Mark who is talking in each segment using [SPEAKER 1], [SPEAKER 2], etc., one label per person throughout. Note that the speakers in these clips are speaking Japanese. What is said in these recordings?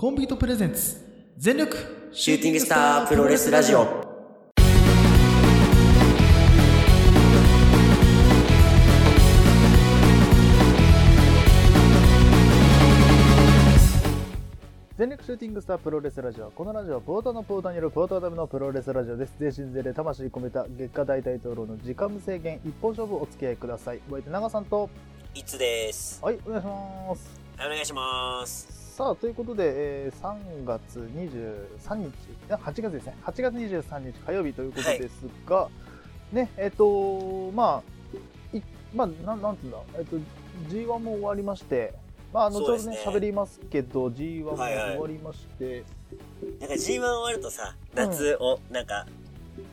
[SPEAKER 1] コンビートプレゼンツ全力
[SPEAKER 2] シューティングスタープロレスラジオ。
[SPEAKER 3] 全力シューティングスタープロレスラジオこのラジオはポーターのポーターによるポーターダムのプロレスラジオです全身全霊魂込めた月下大体討論の時間無制限一本勝負お付き合いくださいお相手長さんと
[SPEAKER 2] いつです。
[SPEAKER 3] はいお願いします
[SPEAKER 2] はいお願いします。
[SPEAKER 3] さあということで、えー3月23日あ8月ですね8月23日火曜日ということですが、ねえっ、とまあいまあなんなんつうんだえっ、と G1 も終わりましてまああのち
[SPEAKER 2] そう
[SPEAKER 3] ょ
[SPEAKER 2] で
[SPEAKER 3] うど
[SPEAKER 2] すね
[SPEAKER 3] ね喋りますけど G1 も
[SPEAKER 2] はいはい
[SPEAKER 3] 終わりまして、
[SPEAKER 2] なんか G1 終わるとさ、
[SPEAKER 3] うん
[SPEAKER 2] 夏を、なんか、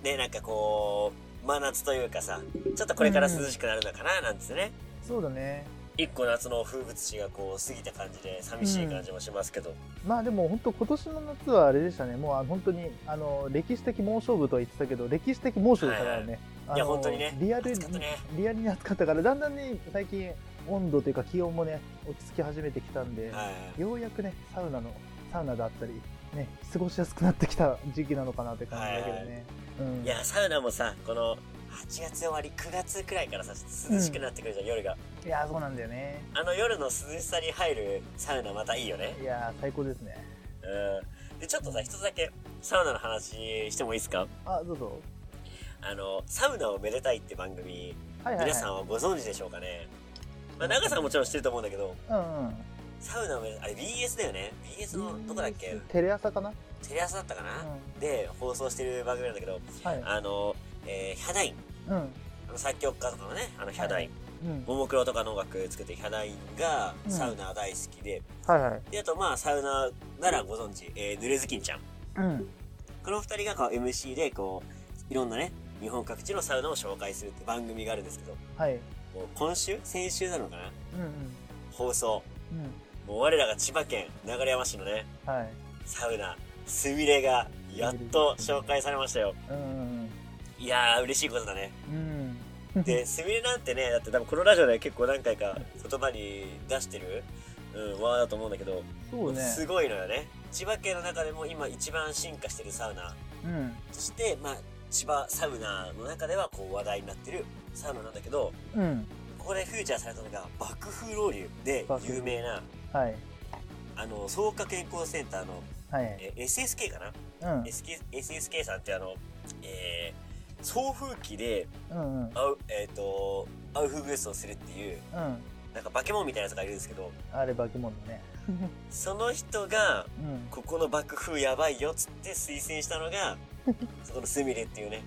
[SPEAKER 2] ね、なんかこう、真夏というかさ、ちょっとこれから涼しくなるのかな、なんつってね。
[SPEAKER 3] そうだね
[SPEAKER 2] 一個夏の風物詩がこう過ぎた感じで寂しい感じもしますけど。
[SPEAKER 3] まあでも本当今年の夏はあれでしたね、もうあの本当にあの歴史的猛暑部とは言ってたけど、歴史的猛暑でしたからね、
[SPEAKER 2] いや
[SPEAKER 3] あの
[SPEAKER 2] 本当にね
[SPEAKER 3] リアル
[SPEAKER 2] 暑かったね
[SPEAKER 3] リアルに暑かったから、だんだんね、最近、温度というか気温もね、落ち着き始めてきたんで、
[SPEAKER 2] はい。
[SPEAKER 3] ようやくね、サウナの、サウナだったり、ね、過ごしやすくなってきた時期なのかなって感じだけどね。うん
[SPEAKER 2] いや、サウナもさ、この、8月終わり、9月くらいからさ、涼しくなってくるじゃん、夜が。
[SPEAKER 3] いやそうなんだよね。
[SPEAKER 2] あの夜の涼しさに入るサウナまたいいよね。
[SPEAKER 3] いや最高ですね。
[SPEAKER 2] うん。で、ちょっとさ、一つだけサウナの話してもいいですか
[SPEAKER 3] あ、どうぞ。
[SPEAKER 2] あの、サウナをめでたいって番組、
[SPEAKER 3] はいはい、はい。
[SPEAKER 2] 皆さんはご存知でしょうかね。まあ、長さんはもちろん知ってると思うんだけど、
[SPEAKER 3] うんうん。
[SPEAKER 2] サウナをめで、あれ BS だよね ?BS の、どこだっけ
[SPEAKER 3] テレ朝かな、
[SPEAKER 2] テレ朝だったか
[SPEAKER 3] う
[SPEAKER 2] な、
[SPEAKER 3] ん、
[SPEAKER 2] で、放送してる番組なんだけど、
[SPEAKER 3] はい。
[SPEAKER 2] あの、えー、ヒャダイン。
[SPEAKER 3] うん。
[SPEAKER 2] あの、作曲家とかのね、あの、ヒャダイン。
[SPEAKER 3] うん。
[SPEAKER 2] ももクロとかの音楽作ってるヒャダインが、
[SPEAKER 3] うん
[SPEAKER 2] サウナ大好きで、
[SPEAKER 3] はいはい。
[SPEAKER 2] で、あと、まあ、サウナならご存知、えー、ぬれずきんちゃん。
[SPEAKER 3] うん。
[SPEAKER 2] この二人がこう MC で、こう、いろんなね、日本各地のサウナを紹介するって番組があるんですけど、
[SPEAKER 3] はい。
[SPEAKER 2] もう今週先週なのかな
[SPEAKER 3] うんうん
[SPEAKER 2] 放送。
[SPEAKER 3] う
[SPEAKER 2] もう我らが千葉県流山市のね、
[SPEAKER 3] んはい
[SPEAKER 2] サウナ、すみれが、やっと紹介されましたよ。
[SPEAKER 3] うん
[SPEAKER 2] いやー、嬉しいことだね。
[SPEAKER 3] うん
[SPEAKER 2] で、すみれなんてね、だって多分このラジオでは結構何回か言葉に出してる、うん、ワードだと思うんだけど、
[SPEAKER 3] そうね
[SPEAKER 2] すごいのよね。千葉県の中でも今一番進化してるサウナ、
[SPEAKER 3] うん
[SPEAKER 2] そして、まあ、千葉サウナの中ではこう話題になってるサウナなんだけど、
[SPEAKER 3] うん
[SPEAKER 2] ここでフューチャーされたのが、爆風浪流で有名な、
[SPEAKER 3] はい
[SPEAKER 2] あの、創価健康センターの、
[SPEAKER 3] はい
[SPEAKER 2] え SSK かな、
[SPEAKER 3] うん
[SPEAKER 2] SK ?SSK さんってあの、えー、送風機で、
[SPEAKER 3] うんうん
[SPEAKER 2] アウ、えっ、と、アウフグースをするっていう、
[SPEAKER 3] うん
[SPEAKER 2] なんか化け物みたいなやつがいるんですけど、
[SPEAKER 3] あれ化け物ね
[SPEAKER 2] その人が、
[SPEAKER 3] うん
[SPEAKER 2] ここの爆風やばいよっつって推薦したの が、そこのスミレっていうね。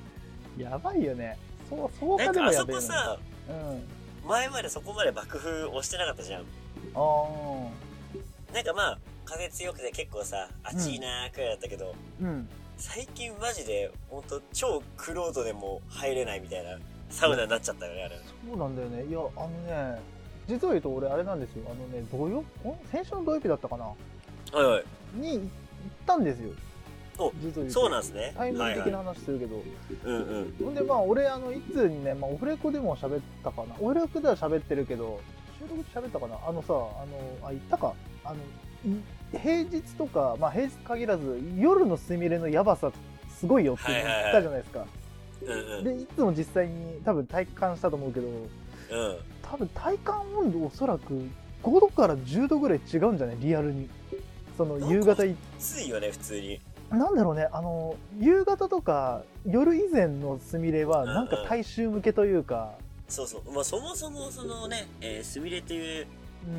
[SPEAKER 3] やばいよねそうそう
[SPEAKER 2] なん
[SPEAKER 3] かで
[SPEAKER 2] か
[SPEAKER 3] も
[SPEAKER 2] あ
[SPEAKER 3] や
[SPEAKER 2] そ
[SPEAKER 3] べえ
[SPEAKER 2] こ
[SPEAKER 3] よね
[SPEAKER 2] さ、
[SPEAKER 3] うん
[SPEAKER 2] 前までそこまで爆風押してなかったじゃん。
[SPEAKER 3] あー
[SPEAKER 2] なんかまあ、風強くて結構さ、暑いなーくらいだったけど、
[SPEAKER 3] うん
[SPEAKER 2] 最近マジで、ほんと超クロードでも入れないみたいなサウナになっちゃったよね、あれ。
[SPEAKER 3] そうなんだよねいやあのね実を言うと俺あれなんですよあのね土曜ん先週の土曜日だったかな
[SPEAKER 2] はいはい。
[SPEAKER 3] に行ったんですよ
[SPEAKER 2] お
[SPEAKER 3] 実を言うと
[SPEAKER 2] そうなんですね。
[SPEAKER 3] タイム的な
[SPEAKER 2] はいはい
[SPEAKER 3] 話するけど、
[SPEAKER 2] うんうん。
[SPEAKER 3] ほんでまあ俺あのいつにね、まあ、オフレコでも喋ったかなオフレコでは喋ってるけど収録で喋ったかなあのさあのあ言ったかあのい平日とかまあ平日限らず夜のスミレのやばさすごいよって言ったじゃないですか、
[SPEAKER 2] うん
[SPEAKER 3] でいつも実際に多分体感したと思うけど
[SPEAKER 2] うん。うん。
[SPEAKER 3] 多分体感温度おそらく5度から10度ぐらい違うんじゃないリアルにその夕方行っ
[SPEAKER 2] 暑いよね、普通に。
[SPEAKER 3] なんだろうね、あの、夕方とか夜以前のスミレは、なんか大衆向けというか、
[SPEAKER 2] そうそう。まあそもそもそのね、えー、スミレっていう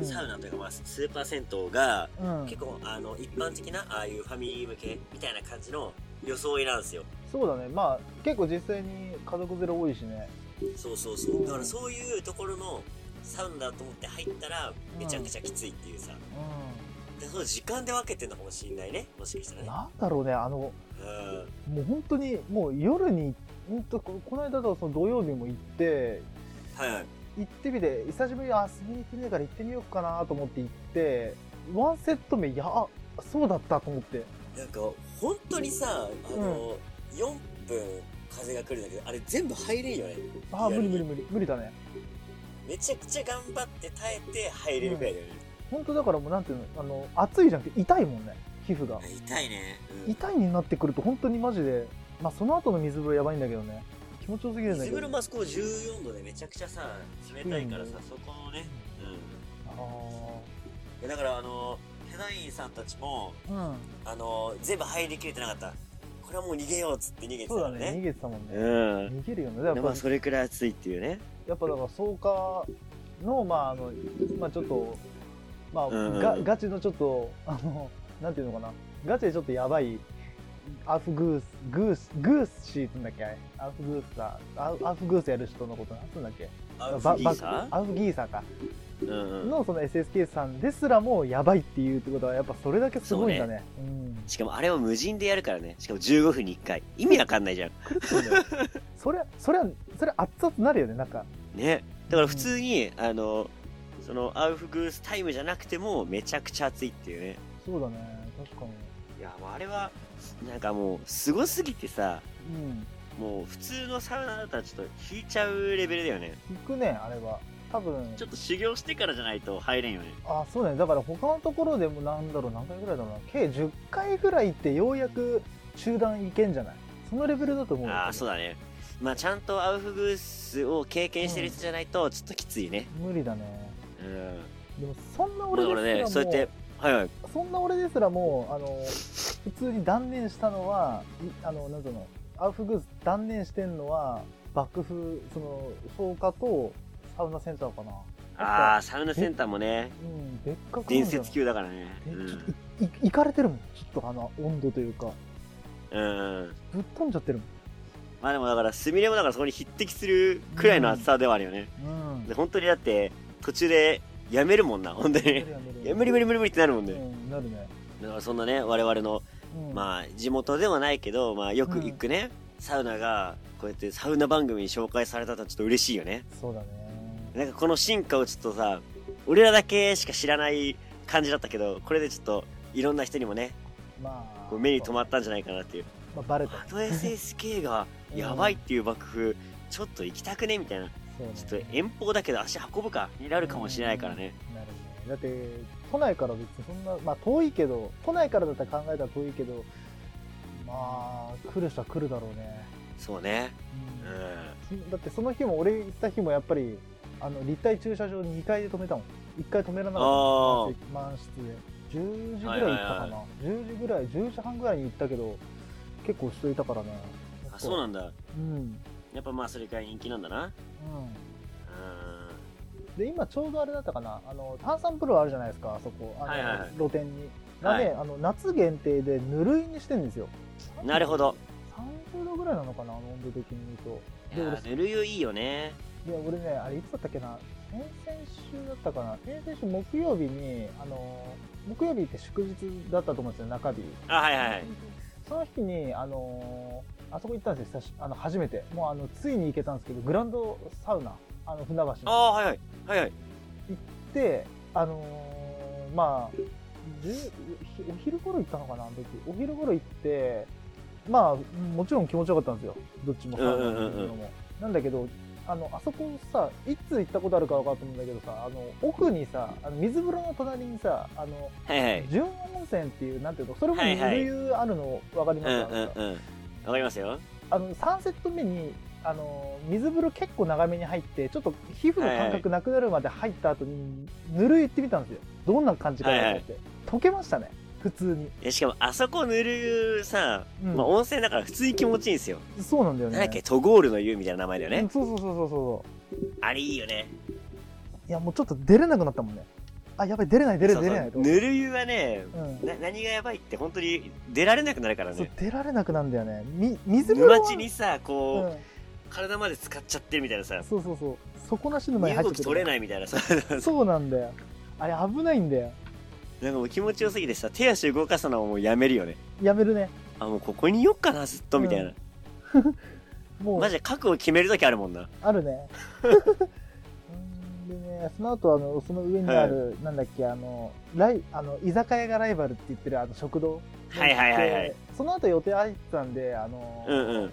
[SPEAKER 3] うん
[SPEAKER 2] サウナというか、まあ、ススーパー銭湯が、
[SPEAKER 3] うん、
[SPEAKER 2] 結構あの、一般的な、ああいうファミリー向けみたいな感じの装いなんですよ。
[SPEAKER 3] そうだね、まあ、結構実際に家族連れ多いしね。
[SPEAKER 2] そうそうそう。だからそういうところのサウナだと思って入ったら、めちゃくちゃきついっていうさ。でその時間で分けてんのかもしれないね。もしかした
[SPEAKER 3] う
[SPEAKER 2] ら
[SPEAKER 3] ん。
[SPEAKER 2] ね。
[SPEAKER 3] なんだろうね、あの、も
[SPEAKER 2] うん。
[SPEAKER 3] う本当に、もう夜に、本当ここの間とその土曜日も行って、
[SPEAKER 2] はいはい。
[SPEAKER 3] 行ってみて、久しぶりに、あ、スミレ行ってねえから行ってみようかなと思って行って、ワンセット目、いや、あそうだったと思って。
[SPEAKER 2] なんか、本当にさ、あの、4分風が来るんだけど、あれ全部入れんよね。
[SPEAKER 3] あー、無理無理無理、無理だね。
[SPEAKER 2] めちゃくちゃ頑張って耐えて入れるぐらいだよね。
[SPEAKER 3] 本当だからもうなんていうの、あの、暑いじゃなくて痛いもんね。皮膚が
[SPEAKER 2] 痛いね、うん、
[SPEAKER 3] 痛いになってくると本当にマジで、まあ、その後の水風呂やばいんだけどね気持ちよすぎるんだ
[SPEAKER 2] 水風
[SPEAKER 3] けど
[SPEAKER 2] 呂マスコ14度でめちゃくちゃさ冷たいからさ、そこをね、うん、い
[SPEAKER 3] あ
[SPEAKER 2] やだからあのヘナインさんたちも
[SPEAKER 3] ーうん
[SPEAKER 2] あの全部入りきれてなかったこれはもう逃げようっつって逃げてた
[SPEAKER 3] そ
[SPEAKER 2] か
[SPEAKER 3] うだ
[SPEAKER 2] ら
[SPEAKER 3] ね逃
[SPEAKER 2] ね
[SPEAKER 3] げてたもんね、
[SPEAKER 2] うん
[SPEAKER 3] 逃げるよねやっぱ
[SPEAKER 2] まあそれくらい暑いっていうね
[SPEAKER 3] やっぱだから草加のまああのまあちょっとまあ、
[SPEAKER 2] うんうん
[SPEAKER 3] がガチのちょっとあのなんていうのかなガチでちょっとやばいアフグースグースグースシーってんだっけあれアフグースさアアフグースやる人のことなんつうんだっけ
[SPEAKER 2] あ
[SPEAKER 3] バ
[SPEAKER 2] いい
[SPEAKER 3] バ
[SPEAKER 2] さ
[SPEAKER 3] アフギーサーか、
[SPEAKER 2] うんうん
[SPEAKER 3] のその SSK さんですらもやばいっていうってことはやっぱそれだけすごいんだねうん
[SPEAKER 2] しかもあれは無人でやるからねしかも15分に1回意味わかんないじゃん
[SPEAKER 3] そうだよそれそれはそれ熱々なるよねなんか
[SPEAKER 2] ねだから普通に、あのそのアウフグースタイムじゃなくてもめちゃくちゃ暑いっていうね
[SPEAKER 3] そうだね確かに
[SPEAKER 2] いやもうあれはなんかもうすごすぎてさ
[SPEAKER 3] うん
[SPEAKER 2] もう普通のサウナだったらちょっと引いちゃうレベルだよね
[SPEAKER 3] 行くねあれは多分
[SPEAKER 2] ちょっと修行してからじゃないと入れんよね
[SPEAKER 3] あそうだねだから他のところでもなんだろう何回ぐらいだろうな計10回ぐらい行ってようやく中断いけんじゃないそのレベルだと思う
[SPEAKER 2] ああそう
[SPEAKER 3] だ
[SPEAKER 2] だねまあちゃんとアウフグースを経験してる人じゃないとちょっときついね
[SPEAKER 3] 無理だね
[SPEAKER 2] うん
[SPEAKER 3] でもそんな
[SPEAKER 2] だ
[SPEAKER 3] 俺
[SPEAKER 2] からね
[SPEAKER 3] です
[SPEAKER 2] そう
[SPEAKER 3] ら
[SPEAKER 2] や
[SPEAKER 3] も
[SPEAKER 2] ってはいはい
[SPEAKER 3] そんな俺ですらもうあの普通に断念したのはいあのなんていうのアウフグース断念してんのは幕府その草加とサウナセンターかな
[SPEAKER 2] ああサウナセンターもね
[SPEAKER 3] うん別格なんだよ
[SPEAKER 2] 伝説級だからね
[SPEAKER 3] えちょっといいいかれてるもんちょっとあの温度というか
[SPEAKER 2] うん、うん、
[SPEAKER 3] ぶっ飛んじゃってる
[SPEAKER 2] まあでもだからスミレもだからそこに匹敵するくらいの暑さではあるよね、
[SPEAKER 3] もんうん
[SPEAKER 2] で本当にだって途中でやめるもんな本当にいや無理無理無理無理ってなるもんね、
[SPEAKER 3] うん、なるね、
[SPEAKER 2] だからそんなね我々の
[SPEAKER 3] うん、あ
[SPEAKER 2] まあ地元ではないけど、まあ、よく行くね、サウナがこうやってサウナ番組に紹介されたのはちょっと嬉しいよね
[SPEAKER 3] そうだね
[SPEAKER 2] なんかこの進化をちょっとさ俺らだけしか知らない感じだったけどこれでちょっといろんな人にもね
[SPEAKER 3] まあ
[SPEAKER 2] こう目に留まったんじゃないかなっていう
[SPEAKER 3] まあ、バレた
[SPEAKER 2] あの SSK がやばいっていう爆風ちょっと行きたくねみたいな
[SPEAKER 3] そうね
[SPEAKER 2] ちょっと遠方だけど足運ぶかになるかもしれないからね
[SPEAKER 3] なるねだって都内から別にそんなまあ遠いけど都内からだったら考えたら遠いけどまあ来る人は来るだろうね、
[SPEAKER 2] そうねうん
[SPEAKER 3] うんだってその日も俺行った日もやっぱりあの立体駐車場2階で止めたもん1回止めらなかった
[SPEAKER 2] あー
[SPEAKER 3] 満室で10時ぐらい行ったかな、
[SPEAKER 2] はいはい
[SPEAKER 3] 10時ぐらい10時半ぐらいに行ったけど結構人いたからね
[SPEAKER 2] あそうなんだ
[SPEAKER 3] うん
[SPEAKER 2] やっぱまあそれくらい人気なんだなうん
[SPEAKER 3] うん、で今ちょうどあれだったかなあの炭酸プロあるじゃないですかあそこあの、
[SPEAKER 2] はいはいはい
[SPEAKER 3] 露店にがね、
[SPEAKER 2] は
[SPEAKER 3] あの夏限定でぬるいにしてんですよ
[SPEAKER 2] なるほど
[SPEAKER 3] 30度ぐらいなのかなあの温度的に言う
[SPEAKER 2] いやーぬるゆいいよね
[SPEAKER 3] とで俺ねあれいつだったっけな先々週だったかな先々週木曜日にあの木曜日って祝日だったと思うんですよ中日
[SPEAKER 2] あはいはいはい
[SPEAKER 3] その日に、あのーあそこ行ったんですよ久しあの初めてもうあのついに行けたんですけどグランドサウナあの船橋の
[SPEAKER 2] ああはいはいはいはい
[SPEAKER 3] であのーまあじゅひお昼頃行ったのかなあの時お昼頃行ってまあもちろん気持ちよかったんですよどっちも
[SPEAKER 2] うんうんうんうん
[SPEAKER 3] どっちもなんだけどあのあそこさいつ行ったことあるか分かると思うんだけどさあの奥にさあの水風呂の隣にさあの
[SPEAKER 2] はいはい
[SPEAKER 3] 純温泉っていうなんていうのそれも
[SPEAKER 2] はいはい
[SPEAKER 3] 理由あるの分かり
[SPEAKER 2] う
[SPEAKER 3] ま
[SPEAKER 2] ん
[SPEAKER 3] す
[SPEAKER 2] う
[SPEAKER 3] か、
[SPEAKER 2] んうんわかりますよ
[SPEAKER 3] あの3セット目にあの水風呂結構長めに入ってちょっと皮膚の感覚なくなるまで入った後にぬるいってみたんですよどんな感じかなと思って、溶けましたね普通に、
[SPEAKER 2] えしかもあそこぬるゆさ、
[SPEAKER 3] うん
[SPEAKER 2] まあ、温泉だから普通に気持ちいいんですよ、
[SPEAKER 3] そうなんだよね
[SPEAKER 2] なんだっけトゴールの湯みたいな名前だよ
[SPEAKER 3] う
[SPEAKER 2] ね
[SPEAKER 3] ん、そうそうそうそうそ
[SPEAKER 2] あれいいよね
[SPEAKER 3] ういやもうちょっと出れなくなったもんねあやばい出れない出れ
[SPEAKER 2] そう
[SPEAKER 3] ない出
[SPEAKER 2] そう
[SPEAKER 3] れないと
[SPEAKER 2] ぬる湯はね
[SPEAKER 3] うん
[SPEAKER 2] な何がやばいって本当に出られなくなるから
[SPEAKER 3] そう
[SPEAKER 2] ね
[SPEAKER 3] 出られなくなんだよねみ水風呂は
[SPEAKER 2] 沼地にさ
[SPEAKER 3] う
[SPEAKER 2] こう、
[SPEAKER 3] ん、
[SPEAKER 2] 体まで使っちゃってるみたいなさ
[SPEAKER 3] そうそうそう底なし沼に
[SPEAKER 2] 身
[SPEAKER 3] 入っ
[SPEAKER 2] 動
[SPEAKER 3] て
[SPEAKER 2] き
[SPEAKER 3] く
[SPEAKER 2] 取れ
[SPEAKER 3] る
[SPEAKER 2] ないみたいなさ
[SPEAKER 3] そうなんだよあれ危ないんだよ
[SPEAKER 2] なんかもう気持ちよすぎてさ手足動かすのはもうやめるよね
[SPEAKER 3] やめるね
[SPEAKER 2] あもうここにいよっかなずっとみたいな、
[SPEAKER 3] もう
[SPEAKER 2] マジで覚悟決める時あるもんな
[SPEAKER 3] あるね。 うんでね、その後あのその上にある、なんだっけあのライあの居酒屋がライバルって言ってるあの食堂
[SPEAKER 2] はいはいはいはい
[SPEAKER 3] でその後予定入ってたんであの、
[SPEAKER 2] うんうん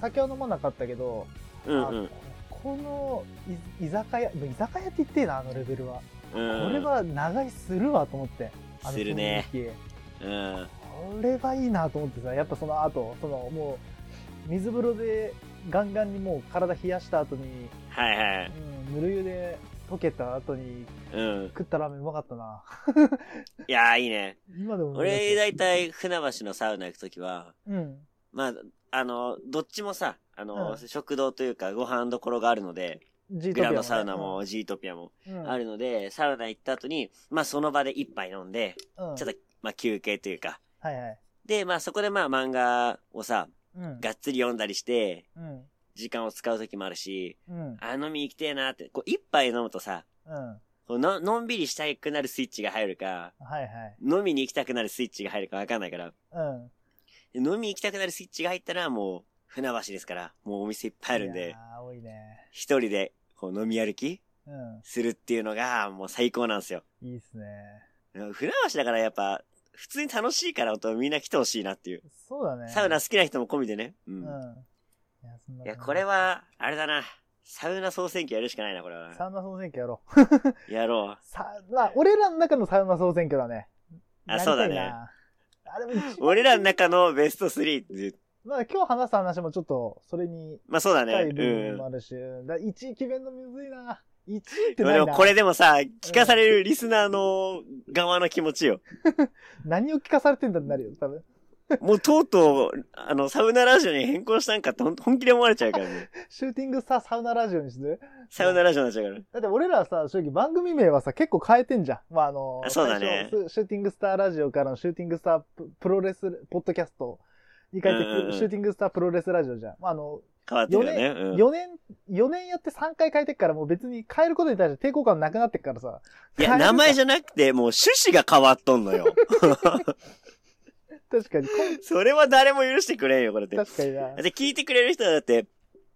[SPEAKER 3] 酒は飲まなかったけど、
[SPEAKER 2] うん
[SPEAKER 3] あ
[SPEAKER 2] うん
[SPEAKER 3] ここのい居酒屋居酒屋って言ってえなあのレベルは、
[SPEAKER 2] うん
[SPEAKER 3] これは長いするわと思ってあの
[SPEAKER 2] するね
[SPEAKER 3] 雰囲
[SPEAKER 2] うん。
[SPEAKER 3] これはいいなと思ってさ、やっぱその後、そのもう、水風呂でガンガンにもう体冷やした後に、
[SPEAKER 2] はいはい。
[SPEAKER 3] うん、ぬる湯で溶けた後に
[SPEAKER 2] うん。
[SPEAKER 3] 食ったラーメンうまかったな。
[SPEAKER 2] いやー、いいね。
[SPEAKER 3] 今でも思い出
[SPEAKER 2] 俺、
[SPEAKER 3] す
[SPEAKER 2] だいたい船橋のサウナ行くときは、
[SPEAKER 3] うん。
[SPEAKER 2] まあ、あの、どっちもさ、あの、
[SPEAKER 3] うん
[SPEAKER 2] 食堂というかご飯どころがあるので、
[SPEAKER 3] ジー
[SPEAKER 2] グ
[SPEAKER 3] トピア
[SPEAKER 2] ラ
[SPEAKER 3] の
[SPEAKER 2] ン
[SPEAKER 3] ね
[SPEAKER 2] ドサウナも、ジートピアも
[SPEAKER 3] うん
[SPEAKER 2] あるので、サウナ行った後に、まあその場で一杯飲んで、
[SPEAKER 3] うん
[SPEAKER 2] ちょっと、まあ休憩というか。
[SPEAKER 3] はいはい。
[SPEAKER 2] で、まあそこでまあ漫画をさ、
[SPEAKER 3] うん。
[SPEAKER 2] がっつり読んだりして、
[SPEAKER 3] うん。
[SPEAKER 2] 時間を使う時もあるし、
[SPEAKER 3] うん。
[SPEAKER 2] あ、飲み行きてえなって、こう一杯飲むとさ、
[SPEAKER 3] うん。
[SPEAKER 2] こうののんびりしたくなるスイッチが入るか、
[SPEAKER 3] はいはい。
[SPEAKER 2] 飲みに行きたくなるスイッチが入るかわかんないから、
[SPEAKER 3] うん。
[SPEAKER 2] で飲みに行きたくなるスイッチが入ったらもう、船橋ですから、もうお店いっぱいあるん
[SPEAKER 3] い
[SPEAKER 2] で
[SPEAKER 3] や、ー多いね。
[SPEAKER 2] 一人でこう飲み歩き
[SPEAKER 3] う
[SPEAKER 2] するっていうのがもう最高なんですよ。
[SPEAKER 3] ん。いいっすね。
[SPEAKER 2] 船橋だからやっぱ、普通に楽しいから本当みんな来てほしいなっていう。
[SPEAKER 3] そうだね。
[SPEAKER 2] サウナ好きな人も込みでね。う。
[SPEAKER 3] うんん。い
[SPEAKER 2] い
[SPEAKER 3] や、そんな
[SPEAKER 2] や、これ。は、あれだな。サウナ総選挙やるしかないな、これは。
[SPEAKER 3] サウナ総選挙やろう。
[SPEAKER 2] やろ
[SPEAKER 3] さ、まあ、俺らの中のサウナ総選挙だね。
[SPEAKER 2] あ
[SPEAKER 3] やりたい
[SPEAKER 2] そうだね
[SPEAKER 3] なあ、でも一
[SPEAKER 2] う。
[SPEAKER 3] 番
[SPEAKER 2] 俺らの中のベスト3って。
[SPEAKER 3] まあ、今日話した話もちょっと、それに
[SPEAKER 2] まあそうだね。
[SPEAKER 3] 近いう部分も
[SPEAKER 2] ん。
[SPEAKER 3] あるし、うんだ1位決めんのむずいな。1位っ
[SPEAKER 2] で
[SPEAKER 3] てない
[SPEAKER 2] も
[SPEAKER 3] な。
[SPEAKER 2] これでもさ、聞かされるリスナーの側の気持ちよ。
[SPEAKER 3] 何を聞かされてんだってなるよ、多分。
[SPEAKER 2] もうとうとう、あの、サウナラジオに変更したんかってほん本気で思われちゃうからね。
[SPEAKER 3] シューティングスターサウナラジオにする
[SPEAKER 2] サウナラジオになっちゃうから。
[SPEAKER 3] だって俺らさ、正直番組名はさ、結構変えてんじゃん。まあ、あの、
[SPEAKER 2] あそうだね
[SPEAKER 3] 最初シューティングスターラジオからのシューティングスターププロレス、ポッドキャストに変えて、
[SPEAKER 2] うんうんうん
[SPEAKER 3] シューティングスタープロレスラジオじゃん。まあ、あの、
[SPEAKER 2] 変わってるよね。うん。
[SPEAKER 3] 4年、4年やって3回変えてっから、もう別に変えることに対して抵抗感なくなってっからさ。
[SPEAKER 2] いや、名前じゃなくて、もう趣旨が変わっとんの よ。
[SPEAKER 3] 確かに、こ
[SPEAKER 2] それは誰も許してくれんよ、これって。
[SPEAKER 3] ん
[SPEAKER 2] だ
[SPEAKER 3] 確かに な
[SPEAKER 2] っ。て聞いてくれる人はだって、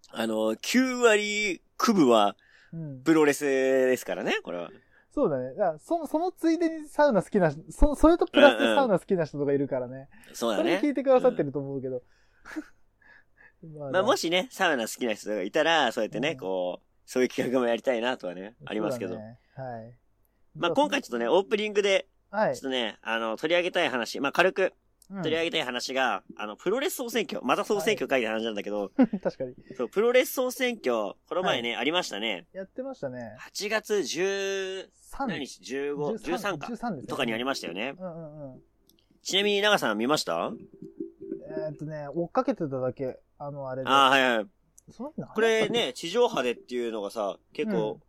[SPEAKER 2] あの、9割9分は
[SPEAKER 3] うん。
[SPEAKER 2] プロレスですからね、これは。
[SPEAKER 3] そうだね。だからその、そのついでにサウナ好きな人、そそれとプラスでサウナ好きな人とかいるからね。
[SPEAKER 2] そうだ
[SPEAKER 3] それ
[SPEAKER 2] ね
[SPEAKER 3] 聞。いてくださってると思うけど。 ま
[SPEAKER 2] まあ、も
[SPEAKER 3] し
[SPEAKER 2] しね、サウナ好きな人がいたら、そうやってね、
[SPEAKER 3] うん
[SPEAKER 2] こう、そういう企画もやりたいなとはね、ありますけど。
[SPEAKER 3] はい。
[SPEAKER 2] まあ、今回ちょっとね、オープニングで、
[SPEAKER 3] は
[SPEAKER 2] ちょ
[SPEAKER 3] い
[SPEAKER 2] っ。とね、あの、取り上げたい話、まあ、軽く
[SPEAKER 3] 取
[SPEAKER 2] 取り上げたい話が、あの、プロレス総選挙、また総選挙会で話なんだけど、
[SPEAKER 3] げ 確かに。
[SPEAKER 2] そう、プロレス総選挙、この前ね、ありましたね。
[SPEAKER 3] やってましたね。
[SPEAKER 2] 8月10、
[SPEAKER 3] 3
[SPEAKER 2] 何日 ?15、13か。
[SPEAKER 3] 13ですね
[SPEAKER 2] とかにありましたよね。
[SPEAKER 3] うんうんうん。
[SPEAKER 2] ちなみに長さん見ました
[SPEAKER 3] えーっとね、追っかけてただけ、あの、あれで。
[SPEAKER 2] ああ、はいはい。
[SPEAKER 3] その日何
[SPEAKER 2] これ ね、地上波でっていうのがさ、結構、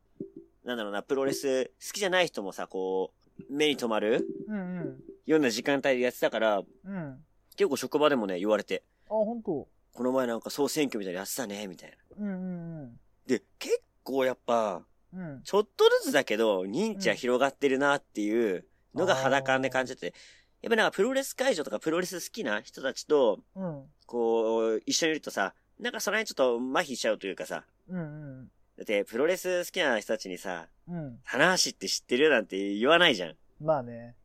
[SPEAKER 2] なんだろうな、プロレス好きじゃない人もさ、こう、目に留まる
[SPEAKER 3] うんうん。
[SPEAKER 2] ような時間帯でやってたから、
[SPEAKER 3] うん。あ、
[SPEAKER 2] 結構職場でもね、言われて、
[SPEAKER 3] 本当。
[SPEAKER 2] この前なんか総選挙みたいなのやってたね、みたいな。
[SPEAKER 3] うんうんうん。
[SPEAKER 2] で、結構やっぱ、
[SPEAKER 3] うん。
[SPEAKER 2] ちょっとずつだけど、認知は広がってるなっていうのが肌感で感じてて、やっぱなんかプロレス会場とかプロレス好きな人たちと、
[SPEAKER 3] うん。
[SPEAKER 2] こう、一緒にいるとさ、なんかその辺ちょっと麻痺しちゃうというかさ、
[SPEAKER 3] うん
[SPEAKER 2] だってプロレス好きな人たちにさ、
[SPEAKER 3] うん。うん。
[SPEAKER 2] 棚橋って知ってるなんて言わないじゃん。
[SPEAKER 3] まあね。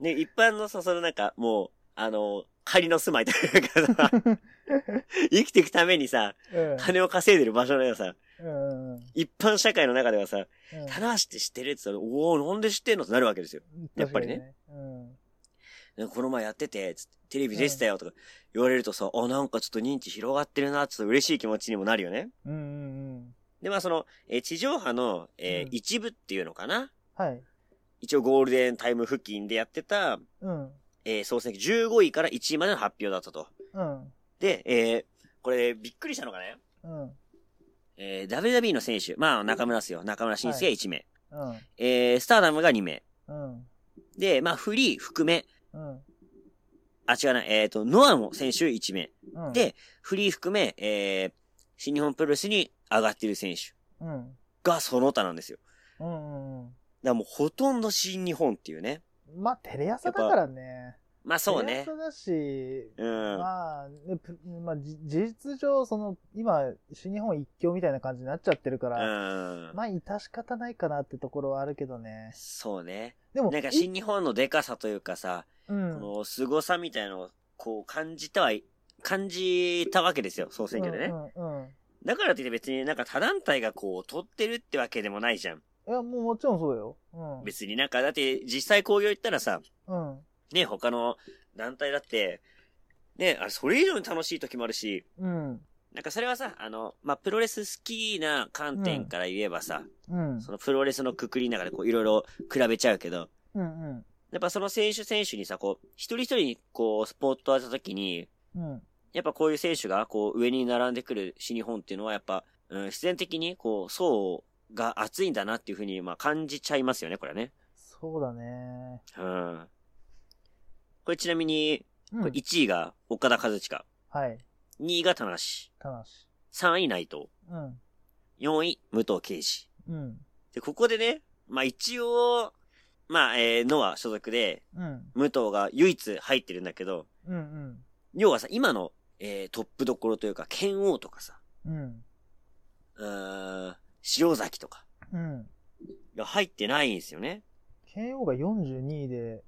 [SPEAKER 2] ね、一般のさ、そのなんか、もう、あの、仮の住まいというかさ、生きていくためにさ、
[SPEAKER 3] うん。
[SPEAKER 2] 金を稼いでる場所のようなさ、
[SPEAKER 3] うんうんうん。
[SPEAKER 2] 一般社会の中ではさ、
[SPEAKER 3] うん
[SPEAKER 2] 棚橋って知ってるって言ったら、おおなんで知ってんのってなるわけですよ。やっぱりね。
[SPEAKER 3] 確かにね
[SPEAKER 2] なんかこの前やってて、つってテレビ出てたよとか言われるとさ、あ、なんかちょっと認知広がってるな、ちょっと嬉しい気持ちにもなるよね。
[SPEAKER 3] うん。うんうんうん。
[SPEAKER 2] で、まあその、えー地上波の、えー
[SPEAKER 3] うん
[SPEAKER 2] 一部っていうのかな
[SPEAKER 3] はい。
[SPEAKER 2] 一応ゴールデンタイム付近でやってた、
[SPEAKER 3] うん。
[SPEAKER 2] えー総選挙15位から1位までの発表だったと。
[SPEAKER 3] うん。
[SPEAKER 2] で、えーこれ、びっくりしたのがね、
[SPEAKER 3] うん。
[SPEAKER 2] えー WWE の選手、まあ、中村っすよ。中村晋介が1名。
[SPEAKER 3] うん。
[SPEAKER 2] えースターダムが2名。
[SPEAKER 3] うん。
[SPEAKER 2] で、まあ、フリー含め、
[SPEAKER 3] うん。
[SPEAKER 2] あ、違うな、えっ、と、ノアも選手1名。
[SPEAKER 3] うん。
[SPEAKER 2] で、フリー含め、えー新日本プロレスに上がってる選手
[SPEAKER 3] うん。
[SPEAKER 2] がその他なんですよ。
[SPEAKER 3] うんうんうん。
[SPEAKER 2] だからもうほとんど新日本っていうね。
[SPEAKER 3] まあ、テレ朝だからね。
[SPEAKER 2] まあそう
[SPEAKER 3] テレ
[SPEAKER 2] ね
[SPEAKER 3] 朝。だし、
[SPEAKER 2] うん。
[SPEAKER 3] まあ、ねぷまあ、じ事実上、その、今、新日本一強みたいな感じになっちゃってるから、
[SPEAKER 2] うん。
[SPEAKER 3] まあ、致し方ないかなってところはあるけどね。
[SPEAKER 2] そうね。
[SPEAKER 3] でも、
[SPEAKER 2] なんか
[SPEAKER 3] い
[SPEAKER 2] 新日本のデカさというかさ、
[SPEAKER 3] う
[SPEAKER 2] こ
[SPEAKER 3] ん。
[SPEAKER 2] の凄さみたいなのをこう感じたはい、感じたわけですよ、総選挙でね。
[SPEAKER 3] うんうんうん。い
[SPEAKER 2] だからといって別になんか他団体がこう取ってるってわけでもないじゃん。
[SPEAKER 3] や、もうもちろんそうよ。うん。
[SPEAKER 2] 別になんかだって実際工業行ったらさ、
[SPEAKER 3] うん。
[SPEAKER 2] ね、他の団体だって、ね、あれ、それ以上に楽しい時もあるし、
[SPEAKER 3] うん。
[SPEAKER 2] なんかそれはさ、あの、まあ、プロレス好きな観点から言えばさ、
[SPEAKER 3] うん。
[SPEAKER 2] そのプロレスのくくりの中でこういろいろ比べちゃうけど、
[SPEAKER 3] うんうん。
[SPEAKER 2] やっぱその選手選手にさ、こう、一人一人にこう、スポットを当てた時に、
[SPEAKER 3] うん。
[SPEAKER 2] やっぱこういう選手がこう、上に並んでくる新日本っていうのはやっぱ、うん、必然的にこう、層が厚いんだなっていうふうに、まあ、感じちゃいますよね、これね。
[SPEAKER 3] そうだね。
[SPEAKER 2] うん。これちなみに、
[SPEAKER 3] う
[SPEAKER 2] これ
[SPEAKER 3] ん。
[SPEAKER 2] 1位が岡田和親、
[SPEAKER 3] はい。
[SPEAKER 2] 2位が田無、3
[SPEAKER 3] ただし。
[SPEAKER 2] 位内藤、
[SPEAKER 3] うん。
[SPEAKER 2] 4位武藤敬司。
[SPEAKER 3] うん。
[SPEAKER 2] で、ここでね、まあ一応、まあ、えー、ノア所属で、
[SPEAKER 3] うん。
[SPEAKER 2] 武藤が唯一入ってるんだけど、
[SPEAKER 3] うんうん。
[SPEAKER 2] 要はさ、今の、えー、トップどころというか、剣王とかさ、
[SPEAKER 3] うん。
[SPEAKER 2] うーん、塩崎とか、
[SPEAKER 3] うん。
[SPEAKER 2] が入ってないんですよね。
[SPEAKER 3] KO が42位で、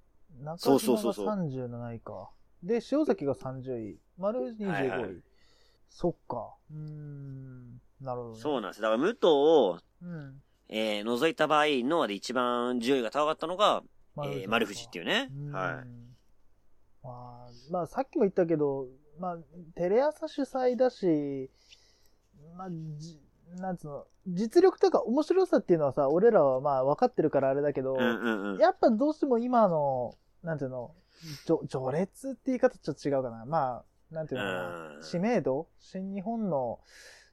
[SPEAKER 2] そ
[SPEAKER 3] 中
[SPEAKER 2] うそう
[SPEAKER 3] 島
[SPEAKER 2] そ
[SPEAKER 3] が
[SPEAKER 2] うそう
[SPEAKER 3] 37位か。で、塩崎が30位。丸藤25位。
[SPEAKER 2] はいはい
[SPEAKER 3] そっか。うーん。なるほど、ね。
[SPEAKER 2] そうなんです。だから武藤を、
[SPEAKER 3] うん。
[SPEAKER 2] えー、除いた場合、ノアで一番順位が高かったのが、えー、丸藤って
[SPEAKER 3] い
[SPEAKER 2] いうね。
[SPEAKER 3] うん。
[SPEAKER 2] は
[SPEAKER 3] まあ、まあ、さっきも言ったけど、まあ、テレ朝主催だし、まあ、じなんつうの、実力とか面白さっていうのはさ、俺らはまあ分かってるからあれだけど、
[SPEAKER 2] い。うんうんうん。
[SPEAKER 3] やっぱどうしても今の、なんていうの、じょ序列って言い方ちょっと違うかな。まあ、なんていうのかな
[SPEAKER 2] うん
[SPEAKER 3] 知名度新日本の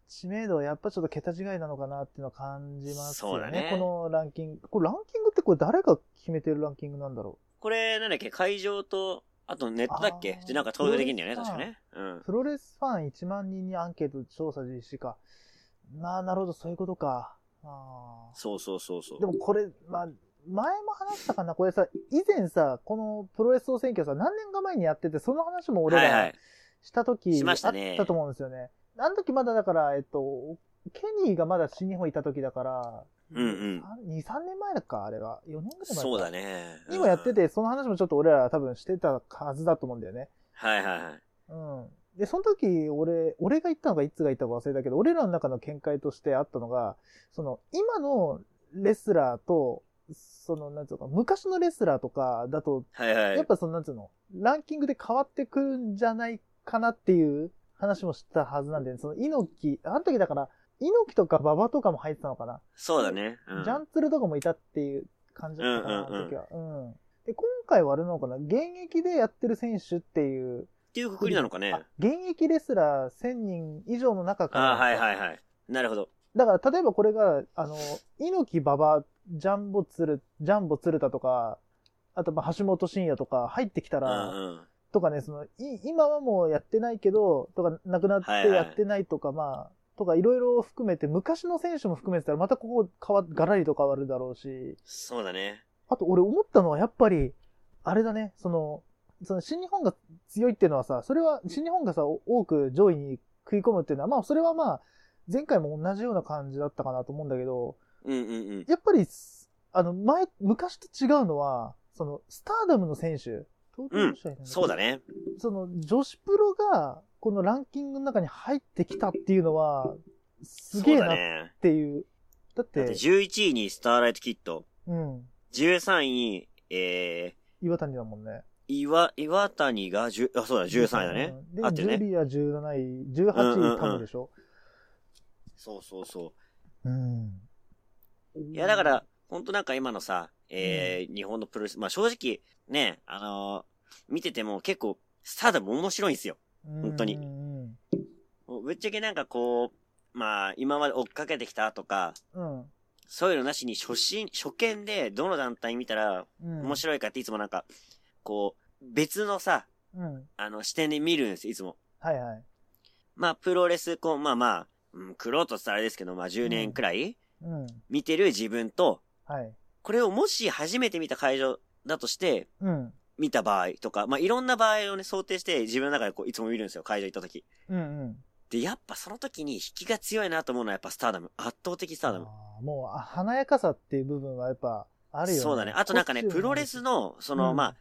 [SPEAKER 3] 知名度はやっぱちょっと桁違いなのかなっていうのを感じます
[SPEAKER 2] そ
[SPEAKER 3] よ
[SPEAKER 2] うだ
[SPEAKER 3] ね。
[SPEAKER 2] ね
[SPEAKER 3] このランキング。これランキングってこれ誰が決めてるランキングなんだろ
[SPEAKER 2] これ、なんだっけ、会場と、あとネットだっけ
[SPEAKER 3] あー
[SPEAKER 2] で、なんか投票できるんだよね、
[SPEAKER 3] そう
[SPEAKER 2] 確
[SPEAKER 3] です
[SPEAKER 2] か
[SPEAKER 3] か
[SPEAKER 2] ね。うん
[SPEAKER 3] う。プロレスファン1万人にアンケート調査実施か。まあ、なるほど、そういうことか。あー
[SPEAKER 2] そうそうそうそう。
[SPEAKER 3] でもこれ、まあ、前も話したかなこれさ、以前さ、このプロレス総選挙さ、何年か前にやってて、その話も俺ら、
[SPEAKER 2] はいはい。
[SPEAKER 3] した時
[SPEAKER 2] しましたね
[SPEAKER 3] あったと思うんですよね。あの時まだだから、えっと、ケニーがまだ新日本いた時だから、
[SPEAKER 2] うんうん
[SPEAKER 3] 2、3年前か、あれは。4年ぐらい前か。
[SPEAKER 2] そうだ。ね。
[SPEAKER 3] 今やっ
[SPEAKER 2] う
[SPEAKER 3] て
[SPEAKER 2] ん。
[SPEAKER 3] て、その話もちょっと俺ら多分してたはずだと思うんだよね。
[SPEAKER 2] はいはいはい。
[SPEAKER 3] うん。で、その時、俺、俺が言ったのか、いつが言ったのか忘れたけど、俺らの中の見解としてあったのが、その、今のレスラーと、その、なんつうのか、昔のレスラーとかだと、
[SPEAKER 2] はいはい。
[SPEAKER 3] やっぱその、なんつうの、ランキングで変わってくるんじゃないかなっていう話もしたはずなんで、その猪木、あの時だから、猪木とか馬場とかも入ってたのかな、
[SPEAKER 2] そうだね。うん、
[SPEAKER 3] ジャンツルとかもいたっていう感じだったかな、
[SPEAKER 2] うんうんうん
[SPEAKER 3] あの時は。うん。で、今回はあれなのかな現役でやってる選手っていう、
[SPEAKER 2] っていうくくりなのかね。
[SPEAKER 3] あ現役レスラー1000人以上の中から、
[SPEAKER 2] ああー、はいはいはい。なるほど。
[SPEAKER 3] だから例えばこれが、あの、猪木、馬場、ジャンボツル、ジャンボ鶴田とか、あとまあ橋本真也とか入ってきた
[SPEAKER 2] う
[SPEAKER 3] ら、
[SPEAKER 2] んうん。
[SPEAKER 3] とかね、その、い今はもうやってないけど、とか、亡くなって
[SPEAKER 2] はいはい
[SPEAKER 3] やってないとか、まあ、とか、いろいろ含めて、昔の選手も含めてたら、またここ変わ、ガラリと変わるだろうし、
[SPEAKER 2] そうだね。
[SPEAKER 3] あと、俺思ったのは、やっぱり、あれだね、その、その、新日本が強いっていうのはさ、それは、新日本がさ、お多く上位に食い込むっていうのは、まあ、それはまあ、前回も同じような感じだったかなと思うんだけど、
[SPEAKER 2] うんうんうん。
[SPEAKER 3] やっぱり、あの、前、昔と違うのは、その、スターダムの選手、東京女子はいないのかな
[SPEAKER 2] そうだね。
[SPEAKER 3] その女子プロがこのランキングの中に入ってきたっていうのは、すげえ
[SPEAKER 2] そう
[SPEAKER 3] な
[SPEAKER 2] だ
[SPEAKER 3] っ
[SPEAKER 2] ね。
[SPEAKER 3] ていう。だっ
[SPEAKER 2] だって
[SPEAKER 3] て、
[SPEAKER 2] 11位にスターライトキッド、
[SPEAKER 3] うん、
[SPEAKER 2] 13位に、え
[SPEAKER 3] 岩谷だもんね。
[SPEAKER 2] ー、岩、岩谷が10、あ、そうだ、13位だね。
[SPEAKER 3] うん
[SPEAKER 2] 合っ
[SPEAKER 3] で、
[SPEAKER 2] て
[SPEAKER 3] ジュ
[SPEAKER 2] るね。
[SPEAKER 3] リア17位、
[SPEAKER 2] うんうんう
[SPEAKER 3] 18
[SPEAKER 2] ん
[SPEAKER 3] 位タムでしょ。
[SPEAKER 2] そうそうそ
[SPEAKER 3] うん。
[SPEAKER 2] う。いや、だから、ほんとなんか今のさ、えー、日本のプロレス、まあ正直、ね、あのー見てても結構、スターダム面白いんすよ。
[SPEAKER 3] うん、
[SPEAKER 2] 本当に
[SPEAKER 3] うん。
[SPEAKER 2] もうぶっちゃけなんかこう、まあ、今まで追っかけてきたとか、
[SPEAKER 3] うん。
[SPEAKER 2] そういうのなしに初心、初見でどの団体見たら
[SPEAKER 3] うん
[SPEAKER 2] 面白いかっていつもなんか、こう、別のさ、
[SPEAKER 3] うん。
[SPEAKER 2] あの、視点で見るんです、いつも。
[SPEAKER 3] はいはい。ま
[SPEAKER 2] まあ、プロレス、こう、まあまあ、うん、苦労とって言ったらあれですけど、まあ10年くらい
[SPEAKER 3] うん。
[SPEAKER 2] 見てる自分と、
[SPEAKER 3] はい。
[SPEAKER 2] これをもし初めて見た会場だとして、
[SPEAKER 3] うん。
[SPEAKER 2] 見た場合とか、まあいろんな場合をね、想定して自分の中でこう、いつも見るんですよ、会場行った時。
[SPEAKER 3] うんうん。
[SPEAKER 2] で、やっぱその時に引きが強いなと思うのはやっぱスターダム。圧倒的スターダム。
[SPEAKER 3] あーもう、あ華やかさっていう部分はやっぱ、あるよね。
[SPEAKER 2] そうだね。あとなんかね、
[SPEAKER 3] コスチ
[SPEAKER 2] プ
[SPEAKER 3] ュームも
[SPEAKER 2] ロ
[SPEAKER 3] ある
[SPEAKER 2] レ
[SPEAKER 3] し
[SPEAKER 2] ス、の、その、
[SPEAKER 3] うん
[SPEAKER 2] まあ、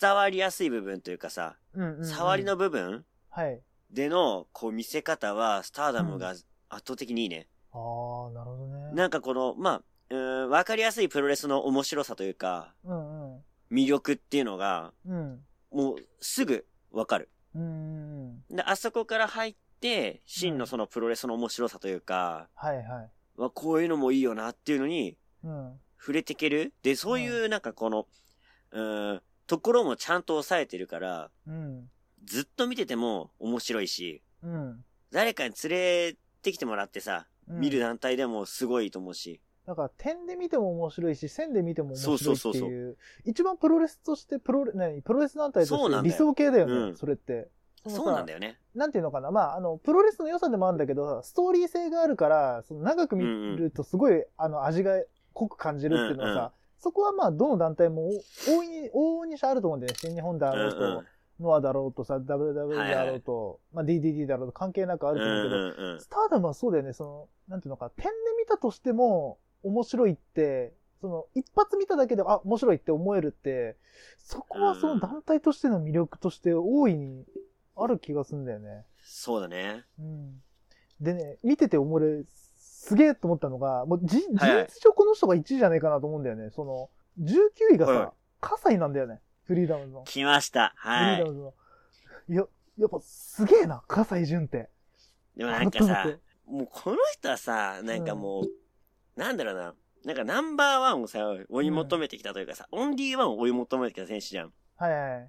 [SPEAKER 2] 伝わりやすい部分というかさ、
[SPEAKER 3] うんうんうん
[SPEAKER 2] 触りの、部分
[SPEAKER 3] はい。
[SPEAKER 2] での、こう、見せ方は、スターダムが圧倒的にいいね。
[SPEAKER 3] ああ、なるほどね。
[SPEAKER 2] なんかこの、まあ、うーん、わかりやすいプロレスの面白さというか、
[SPEAKER 3] うんうん。
[SPEAKER 2] 魅力っていうのが、
[SPEAKER 3] うん。
[SPEAKER 2] もうすぐわかる。
[SPEAKER 3] うん。
[SPEAKER 2] で、あそこから入って、真のそのプロレスの面白さというか、
[SPEAKER 3] はいはい。
[SPEAKER 2] わこういうのもいいよなっていうのに
[SPEAKER 3] うん。
[SPEAKER 2] 触れてける。で、そういうなんかこの、うーん、ところもちゃんと抑えてるから、
[SPEAKER 3] うん。
[SPEAKER 2] ずっと見てても面白いし、
[SPEAKER 3] うん。
[SPEAKER 2] 誰かに連れてきてもらってさ、
[SPEAKER 3] うん
[SPEAKER 2] 見る団体でもすごいと思うし、
[SPEAKER 3] だから点で見ても面白いし、線で見ても面白いっていう。
[SPEAKER 2] そうそうそうそ
[SPEAKER 3] 一番プロレスとして、プロレ、何プロレス団体と
[SPEAKER 2] そう
[SPEAKER 3] し
[SPEAKER 2] なんだ
[SPEAKER 3] て理
[SPEAKER 2] よ
[SPEAKER 3] 想系だよね、
[SPEAKER 2] うん
[SPEAKER 3] それって。のさ
[SPEAKER 2] そうなんだよね。
[SPEAKER 3] なんていうのかな、まあ、あの、プロレスの良さでもあるんだけど、ストーリー性があるから、その長く見るとすごい、あの、味が濃く感じるっていうのはさ、
[SPEAKER 2] うんうん
[SPEAKER 3] そこはまあ、どの団体もお大いに、大いにしあると思うんだよね。新日本だ
[SPEAKER 2] うん
[SPEAKER 3] ろうと、ノアだろうとさ、WW
[SPEAKER 2] はいはい
[SPEAKER 3] だろうと、まあ、DDD だろうと関係なくあ
[SPEAKER 2] うん
[SPEAKER 3] ると
[SPEAKER 2] う
[SPEAKER 3] 思うけど、
[SPEAKER 2] んうん
[SPEAKER 3] スターダムはそうだよね、その、なんていうのか、点で見たとしても面白いって、その、一発見ただけで、あ、面白いって思えるって、そこはその団体としての魅力として大いにある気がするんだよね。
[SPEAKER 2] そうだね。
[SPEAKER 3] うん。でね、見てて思れ、すげえと思ったのが、もうじ、事実
[SPEAKER 2] はいはい
[SPEAKER 3] 上この人が1位じゃないかなと思うんだよね。その、19位が
[SPEAKER 2] はい
[SPEAKER 3] さ、葛西なんだよね。フリーダムズの。
[SPEAKER 2] 来ました。は
[SPEAKER 3] フリー
[SPEAKER 2] い
[SPEAKER 3] ダ。ムズの。や、やっぱすげえな、葛西潤って。
[SPEAKER 2] でもなんか
[SPEAKER 3] 改
[SPEAKER 2] さ
[SPEAKER 3] めて、
[SPEAKER 2] もうこの人はさ、なんかもう、なんだろうな。なんかナンバーワンをさ、追い求めてきたというかさ、オンリーワンを追い求めてきた選手じゃん。だか
[SPEAKER 3] はいはい。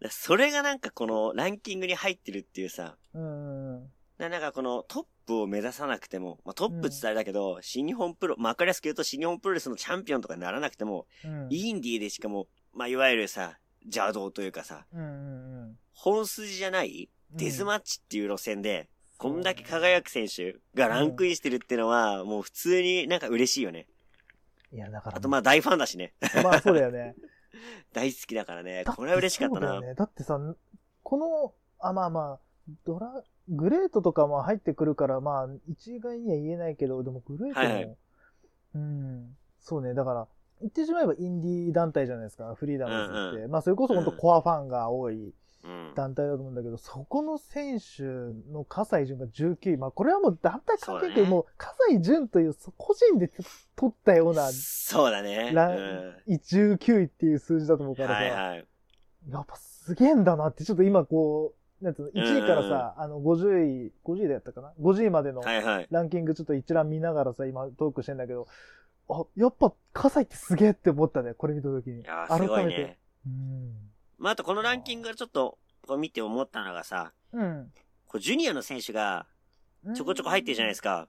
[SPEAKER 2] らそれがなんかこのランキングに入ってるっていうさ、
[SPEAKER 3] うんうん
[SPEAKER 2] ななんかこのトップを目指さなくても、まあ、トップって言ったらあれだけど、新日本プロ、まあ、わかりやすく言うと新日本プロレスのチャンピオンとかにならなくても、
[SPEAKER 3] うん。
[SPEAKER 2] インディーでしかも、まあ、いわゆるさ、邪道というかさ、
[SPEAKER 3] うんうんうん。
[SPEAKER 2] 本筋じゃないデズマッチっていう路線で、こんだけ輝く選手がランクインしてるってのは、もう普通になんか嬉しいよね。
[SPEAKER 3] いや、だから、
[SPEAKER 2] あとまあ大ファンだしね。
[SPEAKER 3] まあそうだよね。
[SPEAKER 2] 大好きだからね。これは嬉しかった
[SPEAKER 3] だてそ
[SPEAKER 2] な。う
[SPEAKER 3] うだよね。だってさ、この、あ、まあまあ、ドラ、グレートとかも入ってくるから、まあ、一概には言えないけど、でもグレートも、
[SPEAKER 2] はいはい
[SPEAKER 3] うん、そうね、だから、言ってしまえばインディー団体じゃないですか、フリーダムズって。
[SPEAKER 2] うん
[SPEAKER 3] まあ、それこそ本当
[SPEAKER 2] うん
[SPEAKER 3] コアファンが多い
[SPEAKER 2] ん。
[SPEAKER 3] 団体だと思うんだけど、そこの選手の葛西潤が19位。まあ、これはもう団体関
[SPEAKER 2] そ
[SPEAKER 3] 係な
[SPEAKER 2] うだ
[SPEAKER 3] く、
[SPEAKER 2] ね
[SPEAKER 3] もう葛西潤というそ個人で取ったような
[SPEAKER 2] そうだね。う
[SPEAKER 3] ラ
[SPEAKER 2] ん。
[SPEAKER 3] 19位っていう数字だと思うからさ、
[SPEAKER 2] はいはい。
[SPEAKER 3] やっぱすげえんだなって、ちょっと今こう、なんつうの、1位からさ、あの、50位、50位だったかな ?50 位までの
[SPEAKER 2] はいはい。
[SPEAKER 3] ランキングちょっと一覧見ながらさ、今トークしてんだけど、あ、やっぱ、葛西ってすげえって思ったね、これ見た時に。
[SPEAKER 2] いやーすごい
[SPEAKER 3] 改めて
[SPEAKER 2] ね。
[SPEAKER 3] うん。
[SPEAKER 2] まああとこのランキングがちょっと、こう見て思ったのがさ、こうジュニアの選手が
[SPEAKER 3] うん。
[SPEAKER 2] ちょこちょこ入ってるじゃないですか。
[SPEAKER 3] か。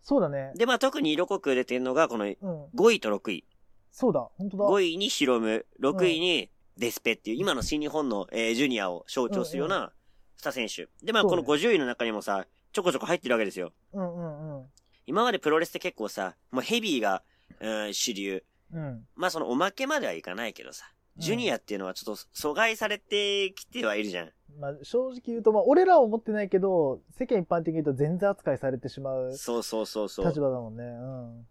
[SPEAKER 3] そうだね。
[SPEAKER 2] でまあ特に色濃く出てるのがこの
[SPEAKER 3] うん。
[SPEAKER 2] 5位と6位。
[SPEAKER 3] そうだ、本当だ。
[SPEAKER 2] 5位にヒロム、6位にデスペっていう、今の新日本の、えージュニアを象徴するような2選手。で、まあ
[SPEAKER 3] そう
[SPEAKER 2] こ
[SPEAKER 3] ね
[SPEAKER 2] の50位の中にもさ、ちょこちょこ入ってるわけですよ。
[SPEAKER 3] うんうんうん。
[SPEAKER 2] 今までプロレスって結構さ、もうヘビーが、うん、主流。
[SPEAKER 3] うん。
[SPEAKER 2] まあそのおまけまではいかないけどさ、ジュニアっていうのはちょっと疎外されてきてはいるじゃん。
[SPEAKER 3] まあ、正直言うと、まあ、俺らは思ってないけど、世間一般的に言うと全然扱いされてしまう立
[SPEAKER 2] そうそうそうそ
[SPEAKER 3] 場だ
[SPEAKER 2] う。
[SPEAKER 3] もんね。うん。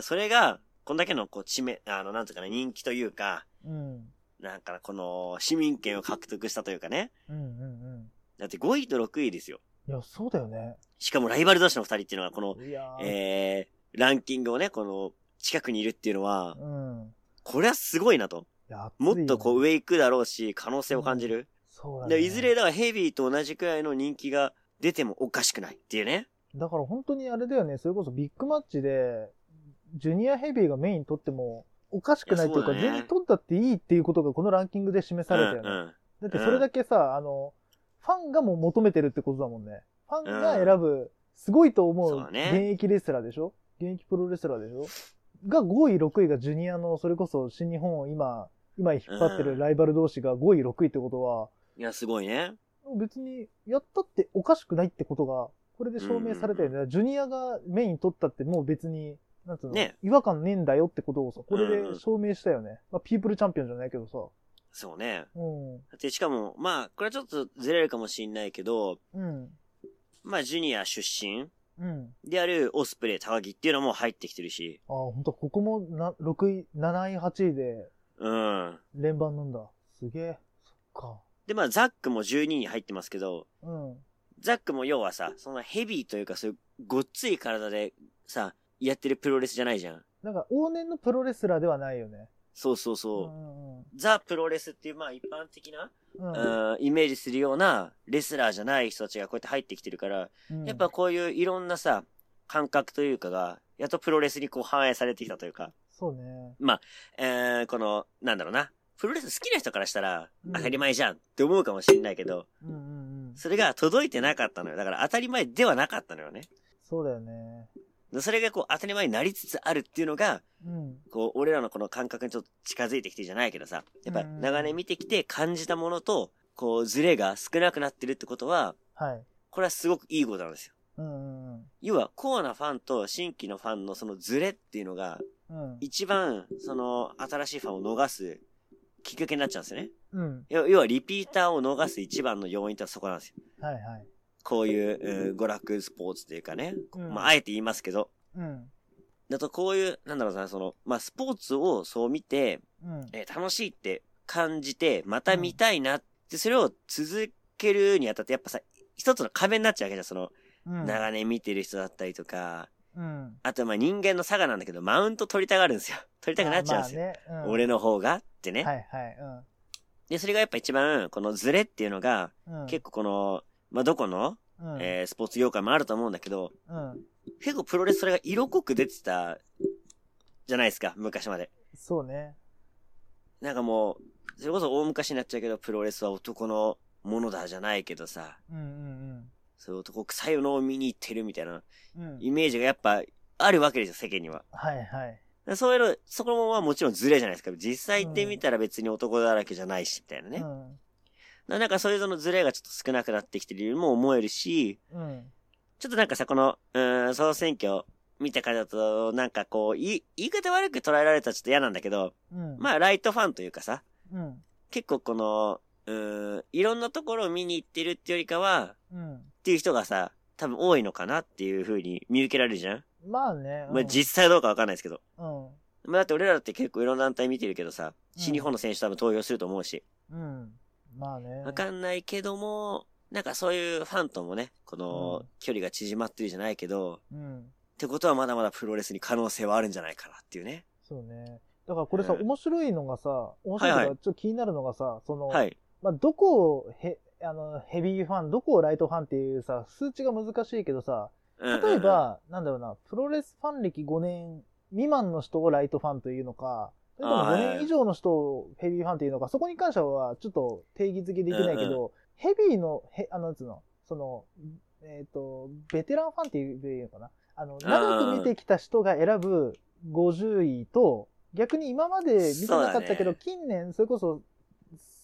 [SPEAKER 2] それが、こんだけのこう、知名、あの、なんとかね、人気というか、
[SPEAKER 3] うん。
[SPEAKER 2] なんかこの、市民権を獲得したというかね。
[SPEAKER 3] うんうんうん。
[SPEAKER 2] だって5位と6位ですよ。
[SPEAKER 3] いや、そうだよね。
[SPEAKER 2] しかもライバル同士の2人っていうのは、この、
[SPEAKER 3] いやー
[SPEAKER 2] えー、ランキングをね、この、近くにいるっていうのは、
[SPEAKER 3] うん。
[SPEAKER 2] これはすごいなと。
[SPEAKER 3] いや
[SPEAKER 2] もっとこう
[SPEAKER 3] 上、
[SPEAKER 2] 上行くだろうし、可能性を感じる。
[SPEAKER 3] そうだね
[SPEAKER 2] でいずれだからヘビーと同じくらいの人気が出てもおかしくないっていうね。
[SPEAKER 3] だから本当にあれだよね、それこそビッグマッチで、ジュニアヘビーがメイン取っても、おかしくないというか、
[SPEAKER 2] いやそうだね
[SPEAKER 3] 全然取ったっていいっていうことがこのランキングで示されたよね。
[SPEAKER 2] うんうん。
[SPEAKER 3] だってそれだけさ、あの、ファンがもう求めてるってことだもんね。ファンが
[SPEAKER 2] うん
[SPEAKER 3] 選ぶ、すごいと思
[SPEAKER 2] そう
[SPEAKER 3] う
[SPEAKER 2] だね
[SPEAKER 3] 現役レスラーでしょ現役プロレスラーでしょが5位、6位がジュニアの、それこそ新日本を今、今引っ張っ
[SPEAKER 2] う
[SPEAKER 3] てる
[SPEAKER 2] ん
[SPEAKER 3] ライバル同士が5位、6位ってことは、
[SPEAKER 2] いや、すごいね。
[SPEAKER 3] 別にやったっておかしくないってことが、これで証明されたよね。ジュニアがメイン取ったってもう別に、なんつうの、
[SPEAKER 2] ね
[SPEAKER 3] 違和感ねえんだよってことをさ、これ
[SPEAKER 2] うん
[SPEAKER 3] で証明したよね。まあ、ピープルチャンピオンじゃないけどさ。
[SPEAKER 2] そうね。
[SPEAKER 3] うん。
[SPEAKER 2] で、しかも、まあ、これはちょっとずれるかもしんないけど、
[SPEAKER 3] うん。
[SPEAKER 2] まあ、ジュニア出身
[SPEAKER 3] うん。
[SPEAKER 2] であるオスプレイ、高木っていうのも入ってきてるし、
[SPEAKER 3] ああ、ほんと、ここもな6位、7位、8位で
[SPEAKER 2] うん。
[SPEAKER 3] 連番なんだ。すげえ。そっか。
[SPEAKER 2] で、まあ、ザックも12に入ってますけど、
[SPEAKER 3] うん。
[SPEAKER 2] ザックも要はさ、そのヘビーというか、そういうごっつい体でさ、やってるプロレスじゃないじゃん。
[SPEAKER 3] なんか、往年のプロレスラーではないよね。
[SPEAKER 2] そうそう
[SPEAKER 3] う
[SPEAKER 2] そう。
[SPEAKER 3] ん
[SPEAKER 2] ザ・プロレスっていう、まあ一般的な、
[SPEAKER 3] うん
[SPEAKER 2] うん、イメージするようなレスラーじゃない人たちがこうやって入ってきてるから、
[SPEAKER 3] うん
[SPEAKER 2] やっぱこういういろんなさ、感覚というかが、やっとプロレスにこう反映されてきたというか、
[SPEAKER 3] そうね
[SPEAKER 2] えー、この、なんだろうな、プロレス好きな人からしたら、
[SPEAKER 3] うん
[SPEAKER 2] 当たり前じゃんって思うかもしれないけど、
[SPEAKER 3] うんうんうん
[SPEAKER 2] それが届いてなかったのよ。だから当たり前ではなかったのよね。
[SPEAKER 3] そうだよね
[SPEAKER 2] それがこう当たり前になりつつあるっていうのが、
[SPEAKER 3] うん
[SPEAKER 2] こう、俺らのこの感覚にちょっと近づいてきてるじゃないけどさ、やっぱ
[SPEAKER 3] うん
[SPEAKER 2] 長年見てきて感じたものと、こう、ズレが少なくなってるってことは、
[SPEAKER 3] はい
[SPEAKER 2] これはすごくいいことなんですよ。
[SPEAKER 3] うんうん
[SPEAKER 2] 要は、コアなファンと新規のファンのそのズレっていうのが、
[SPEAKER 3] うん
[SPEAKER 2] 一番、その、新しいファンを逃すきっかけになっちゃうんですよね。
[SPEAKER 3] うん
[SPEAKER 2] 要要は、リピーターを逃す一番の要因ってそこなんですよ。
[SPEAKER 3] はいはい
[SPEAKER 2] こういう、うん娯楽スポーツというかね、
[SPEAKER 3] うん
[SPEAKER 2] まあ、あえて言いますけど、
[SPEAKER 3] うん
[SPEAKER 2] だとこういう、なんだろうな、その、まあ、スポーツをそう見て、
[SPEAKER 3] うん
[SPEAKER 2] えー楽しいって感じて、また見たいなって、それを続けるにあたって、やっぱさ、一つの壁になっちゃうわけじゃん、その、
[SPEAKER 3] うん
[SPEAKER 2] 長年見てる人だったりとか、
[SPEAKER 3] うん
[SPEAKER 2] あとまあ人間の差がなんだけど、マウント取りたがるんですよ。 取りたくなっちゃうんですよ。
[SPEAKER 3] まあまあねうん
[SPEAKER 2] 俺の方がってね、
[SPEAKER 3] はいは
[SPEAKER 2] で、それがやっぱ一番、このズレっていうのが、
[SPEAKER 3] いうんうん
[SPEAKER 2] 結構この、まあ、どこの、
[SPEAKER 3] うん
[SPEAKER 2] えースポーツ業界もあると思うんだけど、
[SPEAKER 3] うん
[SPEAKER 2] 結構プロレスそれが色濃く出てた、じゃないですか、昔まで。
[SPEAKER 3] そうね
[SPEAKER 2] なんかもう、それこそ大昔になっちゃうけど、プロレスは男のものだじゃないけどさ、
[SPEAKER 3] うんうん
[SPEAKER 2] そういう男臭いのを見に行ってるみたいな、
[SPEAKER 3] うんうん
[SPEAKER 2] イメージがやっぱ、あるわけですよ、世間には。
[SPEAKER 3] はいはい
[SPEAKER 2] そういうの、そこもまあもちろんズレじゃないですか。実際行ってみたら別に男だらけじゃないし、みたいなね。
[SPEAKER 3] うん
[SPEAKER 2] ななんかそういうそのズレがちょっと少なくなってきてるようにも思えるし、
[SPEAKER 3] うん
[SPEAKER 2] ちょっとなんかさ、この、うーん、総選挙見た感じだと、なんかこう、言い、言い方悪く捉えられたらちょっと嫌なんだけど、
[SPEAKER 3] うん
[SPEAKER 2] まあライトファンというかさ、
[SPEAKER 3] うん
[SPEAKER 2] 結構この、うーん、いろんなところを見に行ってるってよりかは、
[SPEAKER 3] うん
[SPEAKER 2] っていう人がさ、多分多いのかなっていう風に見受けられるじゃん、
[SPEAKER 3] まあねうん
[SPEAKER 2] まあ実際どうかわかんないですけど。
[SPEAKER 3] うん
[SPEAKER 2] まあだって俺らだって結構いろんな団体見てるけどさ、
[SPEAKER 3] うん
[SPEAKER 2] 新日本の選手多分投票すると思うし、
[SPEAKER 3] うんまあね
[SPEAKER 2] わかんないけども、なんかそういうファンともね、こ
[SPEAKER 3] う
[SPEAKER 2] の
[SPEAKER 3] ん
[SPEAKER 2] 距離が縮まってるじゃないけど、
[SPEAKER 3] うん
[SPEAKER 2] ってことはまだまだプロレスに可能性はあるんじゃないかなっていうね。
[SPEAKER 3] そうね。だからこれさ、
[SPEAKER 2] うん
[SPEAKER 3] 面白いのがさ、面白いの
[SPEAKER 2] はい
[SPEAKER 3] がち
[SPEAKER 2] は
[SPEAKER 3] ょっと気になるのがさ、その、
[SPEAKER 2] はい。
[SPEAKER 3] まあ、どこをへあのヘビーファン、どこをライトファンっていうさ、数値が難しいけどさ、
[SPEAKER 2] うんうんうん
[SPEAKER 3] 例え、ば、なんだろうな、プロレスファン歴5年未満の人をライトファンというのか、それとも
[SPEAKER 2] あー
[SPEAKER 3] 5
[SPEAKER 2] はい
[SPEAKER 3] 年以上の人をヘビーファンというのか、そこに関してはちょっと定義づけできないけど、ヘビーの、へあの、なんつうの、その、えっ、と、ベテランファンっていうのかな。あの、長く見てきた人が選ぶ50位と、逆に今まで見てなかっ
[SPEAKER 2] そ
[SPEAKER 3] たけ
[SPEAKER 2] うだ
[SPEAKER 3] ど、
[SPEAKER 2] ね
[SPEAKER 3] 近年、それこそ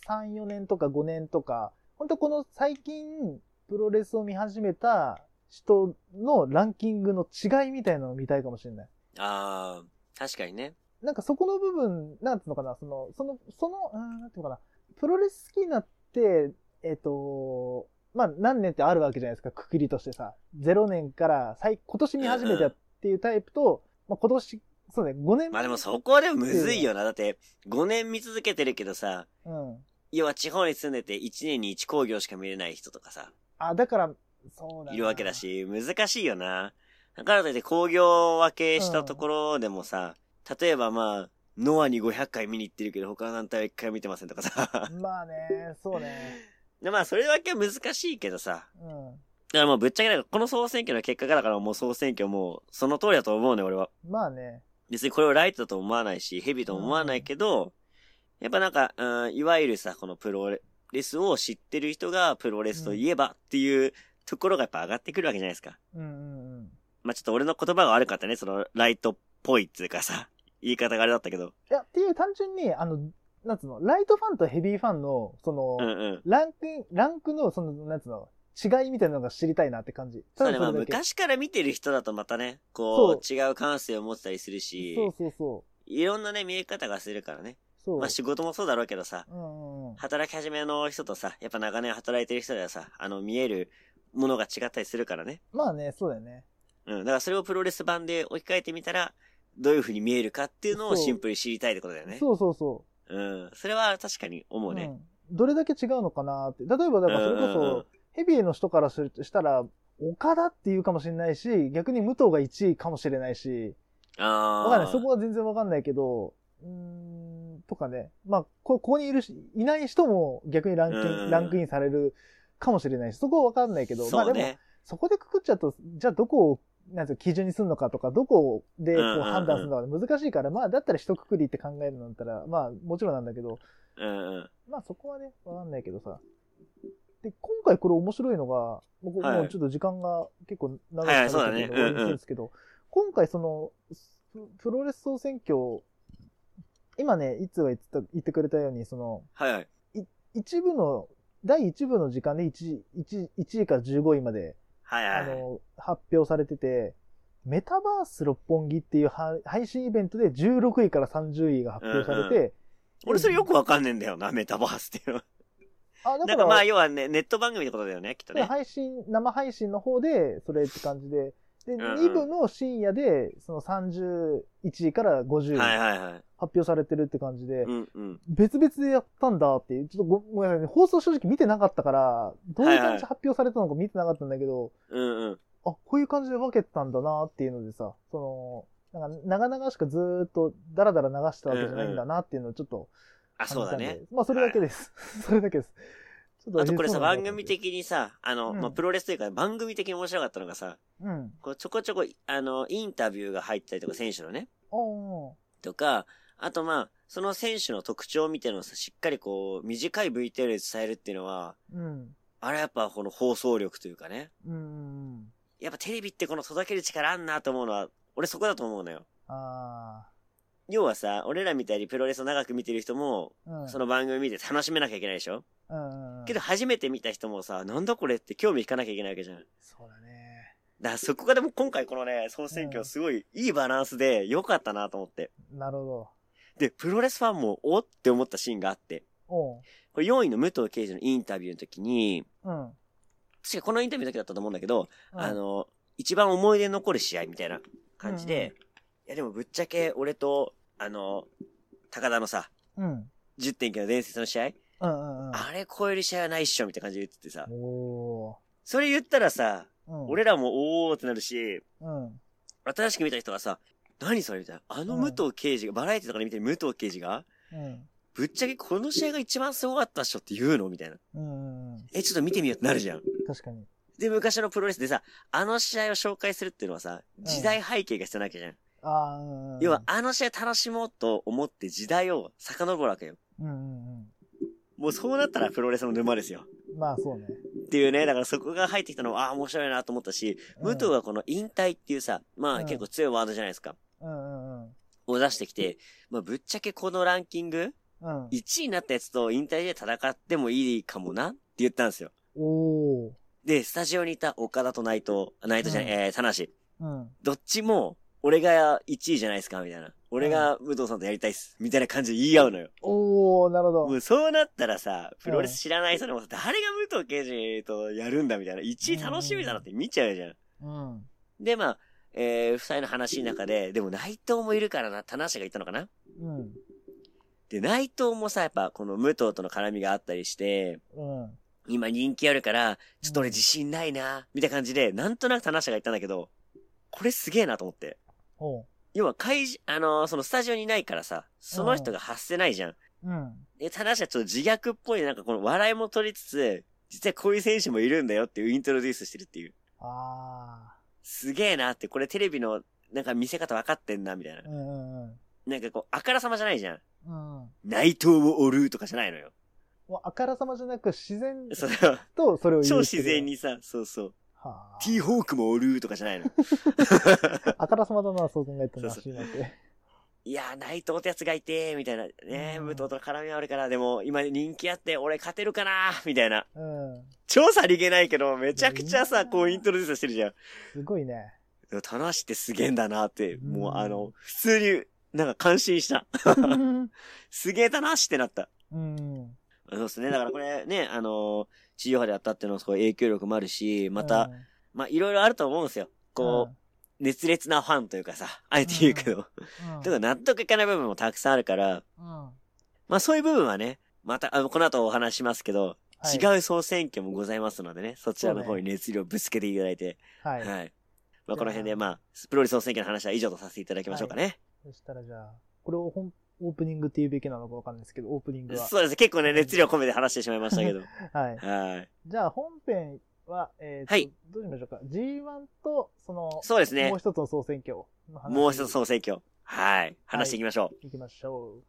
[SPEAKER 3] 3、4年とか5年とか、本当この最近、プロレスを見始めた人のランキングの違いみたいなのを見たいかもしれない。
[SPEAKER 2] あー、確かにね。
[SPEAKER 3] なんかそこの部分、なんていうのかな、その、その、その、うーん、なんていうのかな、プロレス好きになって、えっ、と、まあ何年ってあるわけじゃないですか、くくりとしてさ。0年から最、今年見始めたっていうタイプと、まあ今年、そうね、5年
[SPEAKER 2] まあでもそこはでもむずいよな。だって、5年見続けてるけどさ、
[SPEAKER 3] うん。
[SPEAKER 2] 要は地方に住んでて1年に1工業しか見れない人とかさ、
[SPEAKER 3] あ、だから、そうだない
[SPEAKER 2] るわけだ。し、難しいよな。だからといって工業分けしたところでもさ、例えばまあ、ノアに500回見に行ってるけど他の団体は1回見てませんとか さ。
[SPEAKER 3] まあね、そうね。
[SPEAKER 2] でまあそれだけは難しいけどさ。だ
[SPEAKER 3] う
[SPEAKER 2] からもうぶっちゃけなんかこの総選挙の結果がだからもう総選挙もうその通りだと思うね俺は。
[SPEAKER 3] ん。まあね。
[SPEAKER 2] 別にこれをライトだと思わないし、ヘビーとも思わないけど、やっぱなんか、うん、いわゆるさ、このプロレスを知ってる人がプロレスといえばっていうところがやっぱ上がってくるわけじゃないですか。
[SPEAKER 3] うんうんうん。
[SPEAKER 2] まあ、ちょっと俺の言葉が悪かったね、その、ライトっぽいっていうかさ、言い方があれだったけど。
[SPEAKER 3] いや、っていう単純に、あの、なんつうの、ライトファンとヘビーファンの、その、
[SPEAKER 2] うんうん。
[SPEAKER 3] ランク、ランクの、その、なんつうの、違いみたいなのが知りたいなって感じ。
[SPEAKER 2] そうね、まあ、
[SPEAKER 3] れだけ
[SPEAKER 2] 昔から見てる人だとまたね、こう、違う感性を持ってたりするし、
[SPEAKER 3] そうそうそう。
[SPEAKER 2] いろんなね、見え方がするからね。
[SPEAKER 3] そう。
[SPEAKER 2] まあ、仕事もそうだろうけどさ、
[SPEAKER 3] うんうんうん。
[SPEAKER 2] 働き始めの人とさ、やっぱ長年働いてる人ではさ、あの、見えるものが違ったりするからね。
[SPEAKER 3] まあね、そうだよね。
[SPEAKER 2] うん。だからそれをプロレス版で置き換えてみたら、どういう風に見えるかっていうのを
[SPEAKER 3] そう
[SPEAKER 2] シンプルに知りたいってことだよね。
[SPEAKER 3] そうそうそ
[SPEAKER 2] うん。それは確かに思
[SPEAKER 3] う。
[SPEAKER 2] うね。
[SPEAKER 3] ん。どれだけ違うのかなって。例えば、だからそれこ
[SPEAKER 2] うんうんうん
[SPEAKER 3] そ、ヘビーの人からするとしたら、岡田っていうかもしれないし、逆に武藤が1位かもしれないし、
[SPEAKER 2] ああ。
[SPEAKER 3] わかんない。そこは全然わかんないけど、うーん、とかね、まあ、こここにいるし、いない人も逆にランキ
[SPEAKER 2] うん
[SPEAKER 3] ンランクインされるかもしれないし、そこはわかんないけど、ま
[SPEAKER 2] そ
[SPEAKER 3] あ
[SPEAKER 2] う
[SPEAKER 3] でも、
[SPEAKER 2] ね。
[SPEAKER 3] そこでくくっちゃうと、じゃあどこを、なんていうの基準にするのかとか、どこでこ
[SPEAKER 2] うんうんう
[SPEAKER 3] うん判断するのか難しいから、まあ、だったら一括りって考えるんだったら、まあ、もちろんなんだけど、
[SPEAKER 2] うんうん。
[SPEAKER 3] まあそこはね、わかんないけどさ。で、今回これ面白いのが、もうこ
[SPEAKER 2] はい
[SPEAKER 3] もうちょっと時間が結構長く
[SPEAKER 2] はい
[SPEAKER 3] な
[SPEAKER 2] は
[SPEAKER 3] っ
[SPEAKER 2] い
[SPEAKER 3] ちゃって
[SPEAKER 2] そうだね
[SPEAKER 3] るので終わり
[SPEAKER 2] うんうん
[SPEAKER 3] にするんですけど、今回その、ププロレス総選挙、今ね、いつは言ってた言ってくれたように、その、
[SPEAKER 2] はいはい。
[SPEAKER 3] 一部の、第一部の時間で 1, 1, 1位から15位まで、
[SPEAKER 2] はい
[SPEAKER 3] あ
[SPEAKER 2] はいはい。
[SPEAKER 3] の、発表されてて、メタバース六本木っていうは配信イベントで16位から30位が発表されて、
[SPEAKER 2] うん俺それよくわかんねえんだよな、メタバース っていうのは。
[SPEAKER 3] あ、だ
[SPEAKER 2] なんかまあ、要はね、ネット番組ってことだよね、きっと
[SPEAKER 3] で、
[SPEAKER 2] ね。
[SPEAKER 3] 配信、生配信の方で、それって感じで、で、
[SPEAKER 2] んうん
[SPEAKER 3] 2部の深夜で、その31位から50位
[SPEAKER 2] はい
[SPEAKER 3] 発
[SPEAKER 2] はいはい。
[SPEAKER 3] 表されてるって感じで
[SPEAKER 2] う、んうん。
[SPEAKER 3] 別々でやったんだっていう、ちょっとごごめんなさいね、放送正直見てなかったから、どういう感じで発表されたのか見てなかったんだけど、
[SPEAKER 2] うんうん。
[SPEAKER 3] あ、こういう感じで分けてたんだなっていうのでさ、その、なんか長々しくずーっとダラダラ流したわけじゃないんだなっていうのをちょっと
[SPEAKER 2] あ、
[SPEAKER 3] 感
[SPEAKER 2] そう
[SPEAKER 3] じた
[SPEAKER 2] だ
[SPEAKER 3] んで、
[SPEAKER 2] ね。
[SPEAKER 3] まあそれだけです。それだけです。ちょっ
[SPEAKER 2] あとこれさ、番組
[SPEAKER 3] 的、
[SPEAKER 2] 的にさ、あの、
[SPEAKER 3] うん
[SPEAKER 2] まあ、プロレスというか番組的に面白かったのがさ、
[SPEAKER 3] うん。
[SPEAKER 2] こうちょこちょこ、あの、インタビューが入ったりとか、選手のね、
[SPEAKER 3] おー
[SPEAKER 2] とか、あとまあ、その選手の特徴みたいなのをさ、しっかりこう、短い VTR で伝えるっていうのは、
[SPEAKER 3] うん。
[SPEAKER 2] あれやっぱこの放送力というかね。
[SPEAKER 3] うん。
[SPEAKER 2] やっぱテレビってこの届ける力あんなと思うのは、俺そこだと思うのよ。
[SPEAKER 3] あ
[SPEAKER 2] 要はさ、俺らみたいにプロレスを長く見てる人も、
[SPEAKER 3] あ。うん。
[SPEAKER 2] その番組見て楽しめなきゃいけないでしょ
[SPEAKER 3] うんうん。
[SPEAKER 2] けど、初めて見た人もさ、なんだこれって興味引かなきゃいけないわけじゃん。だか
[SPEAKER 3] そうだね。
[SPEAKER 2] らそこがでも今回このね、総選
[SPEAKER 3] う
[SPEAKER 2] 挙
[SPEAKER 3] ん
[SPEAKER 2] すごいいいバランスで良かったなと思って。
[SPEAKER 3] なるほ
[SPEAKER 2] で、プロレスファンもおって思ったシーンがあって、
[SPEAKER 3] ど。おう。
[SPEAKER 2] これ4位の武藤刑事のインタビューの時に、
[SPEAKER 3] うん。
[SPEAKER 2] 確かこのインタビューだけだったと思うんだけど、
[SPEAKER 3] うん
[SPEAKER 2] あ、の、一番思い出に残る試合みたいな感じで、
[SPEAKER 3] うん
[SPEAKER 2] いやでもぶっちゃけ俺と、あの、高田のさ、
[SPEAKER 3] うん。うん
[SPEAKER 2] 10.9の伝説の試合、
[SPEAKER 3] うんうん。
[SPEAKER 2] あれ超える試合はないっしょみたいな感じで言っててさ、
[SPEAKER 3] お
[SPEAKER 2] それ言ったらさ、
[SPEAKER 3] ー。うん。
[SPEAKER 2] 俺らもおーってなるし、
[SPEAKER 3] うん。
[SPEAKER 2] 新しく見た人はさ、何それみたいな。あの
[SPEAKER 3] うん
[SPEAKER 2] 武藤刑事が、バラエティとかで見てる武藤刑事が、
[SPEAKER 3] うん。
[SPEAKER 2] ぶっちゃけこの試合が一番すごかったっしょって言うのみたいな。
[SPEAKER 3] うんうん。
[SPEAKER 2] え、ちょっと見てみようってなるじゃん。
[SPEAKER 3] 確かに。
[SPEAKER 2] で、昔のプロレスでさ、あの試合を紹介するっていうのはさ、
[SPEAKER 3] ん
[SPEAKER 2] 時代背景が必要なわけじゃん。
[SPEAKER 3] ああ。うんうん
[SPEAKER 2] 要は、、あの試合楽しもうと思って時代を遡るわけよ。
[SPEAKER 3] うんうんう
[SPEAKER 2] もうそうなったらプロレスの沼ですよ。
[SPEAKER 3] ん。まあそうね。
[SPEAKER 2] っていうね、だからそこが入ってきたのは、ああー、面白いなと思ったし、
[SPEAKER 3] う
[SPEAKER 2] 武
[SPEAKER 3] ん
[SPEAKER 2] 藤がこの引退っていうさ、ま
[SPEAKER 3] う
[SPEAKER 2] あ
[SPEAKER 3] ん
[SPEAKER 2] 結構強いワードじゃないですか。
[SPEAKER 3] うんうん
[SPEAKER 2] を出してきて、まあぶっちゃけこのランキング、
[SPEAKER 3] うん。うん。
[SPEAKER 2] 1位になったやつと引退で戦ってもいいかもなって言ったんですよ。
[SPEAKER 3] おー。
[SPEAKER 2] で、スタジオにいた岡田と内藤、あ内藤じゃない、
[SPEAKER 3] う
[SPEAKER 2] えー、田無。
[SPEAKER 3] うん。
[SPEAKER 2] どっちも、俺が1位じゃないですか、みたいな。俺が武藤さんとやりたいっす、みたいな感じで言い合うのよ。
[SPEAKER 3] おー、なるほど。
[SPEAKER 2] もうそうなったらさ、プロレス知らない人でもさ誰が武藤刑事とやるんだみたいな、1位楽しみだなって見ちゃうじゃん。
[SPEAKER 3] うん。
[SPEAKER 2] で、まあ、えー、二人の話の中で、でも内藤もいるからな、田無が言ったのかな
[SPEAKER 3] うん。
[SPEAKER 2] で、内藤もさ、やっぱこの武藤との絡みがあったりして、
[SPEAKER 3] うん。
[SPEAKER 2] 今人気あるから、ちょっと俺
[SPEAKER 3] うん
[SPEAKER 2] 自信ないな、みたいな感じで、なんとなく田無が言ったんだけど、これすげえなと思って。
[SPEAKER 3] おう。
[SPEAKER 2] 要は会場、あのーそのスタジオにいないからさ、その人が発せないじゃん。
[SPEAKER 3] うん。
[SPEAKER 2] で、ただしはちょっと自虐っぽい、なんかこの笑いも取りつつ、実はこういう選手もいるんだよっていうイントロデュースしてるっていう。
[SPEAKER 3] あ
[SPEAKER 2] すげえなって、これテレビの、なんか見せ方分かってんな、みたいな
[SPEAKER 3] ー。う。んうんうん。
[SPEAKER 2] なんかこう、あからさまじゃないじゃん。
[SPEAKER 3] うん。
[SPEAKER 2] 内藤を折るとかじゃないのよ。
[SPEAKER 3] もうあからさまじゃなく自然
[SPEAKER 2] その、
[SPEAKER 3] とそれを言
[SPEAKER 2] 超
[SPEAKER 3] う
[SPEAKER 2] 自然。にさ、そうそう。
[SPEAKER 3] はあ
[SPEAKER 2] T ホークも折るとかじゃないの。
[SPEAKER 3] あからさまだな、そう考えたら
[SPEAKER 2] そう
[SPEAKER 3] しいなって。
[SPEAKER 2] いやー、内藤ってやつがいて、みたいな。ね
[SPEAKER 3] うん
[SPEAKER 2] 武藤との絡みはあるから、でも今人気あって、俺勝てるかなみたいな。
[SPEAKER 3] うん。
[SPEAKER 2] 超さりげないけど、めちゃくちゃさ、こうイントロデュースしてるじゃん。
[SPEAKER 3] すご いね。
[SPEAKER 2] でも、棚橋ってすげえんだなって、
[SPEAKER 3] うん
[SPEAKER 2] もうあの、普通に、なんか感心した。
[SPEAKER 3] うん。
[SPEAKER 2] すげえ棚橋ってなった。
[SPEAKER 3] うん
[SPEAKER 2] そうです ね。だからこれね、あの地上波でやったっていうのはすごい影響力もあるし、また、、まあいろいろあると思うんですよ。こう、熱烈なファンというかさ、あえて言うけど。
[SPEAKER 3] うん、うん
[SPEAKER 2] だから納得いかない部分もたくさんあるから、
[SPEAKER 3] うん
[SPEAKER 2] まあそういう部分はね、また、あの、この後お話しますけど、
[SPEAKER 3] はい
[SPEAKER 2] 違う総選挙もございますのでね、そちらの方に熱量ぶつけていただいて、
[SPEAKER 3] は
[SPEAKER 2] はい。
[SPEAKER 3] い。
[SPEAKER 2] まあこの辺で、まあ、プロレス総選挙の話は以上とさせていただきましょうかね。
[SPEAKER 3] そしたらじゃあ、これを本オープニングって言うべきなのかわかんないですけど、オープニングは。
[SPEAKER 2] そうです。結構ね、熱量込めて話してしまいましたけど。
[SPEAKER 3] はい。
[SPEAKER 2] はい。
[SPEAKER 3] じゃあ本編は、えーと
[SPEAKER 2] はい
[SPEAKER 3] どうしましょうか。G1 と、その、
[SPEAKER 2] そうですね
[SPEAKER 3] もう。一つの総選挙の話。
[SPEAKER 2] もう一つ総選挙。はい。話していきましょう。
[SPEAKER 3] いきましょう。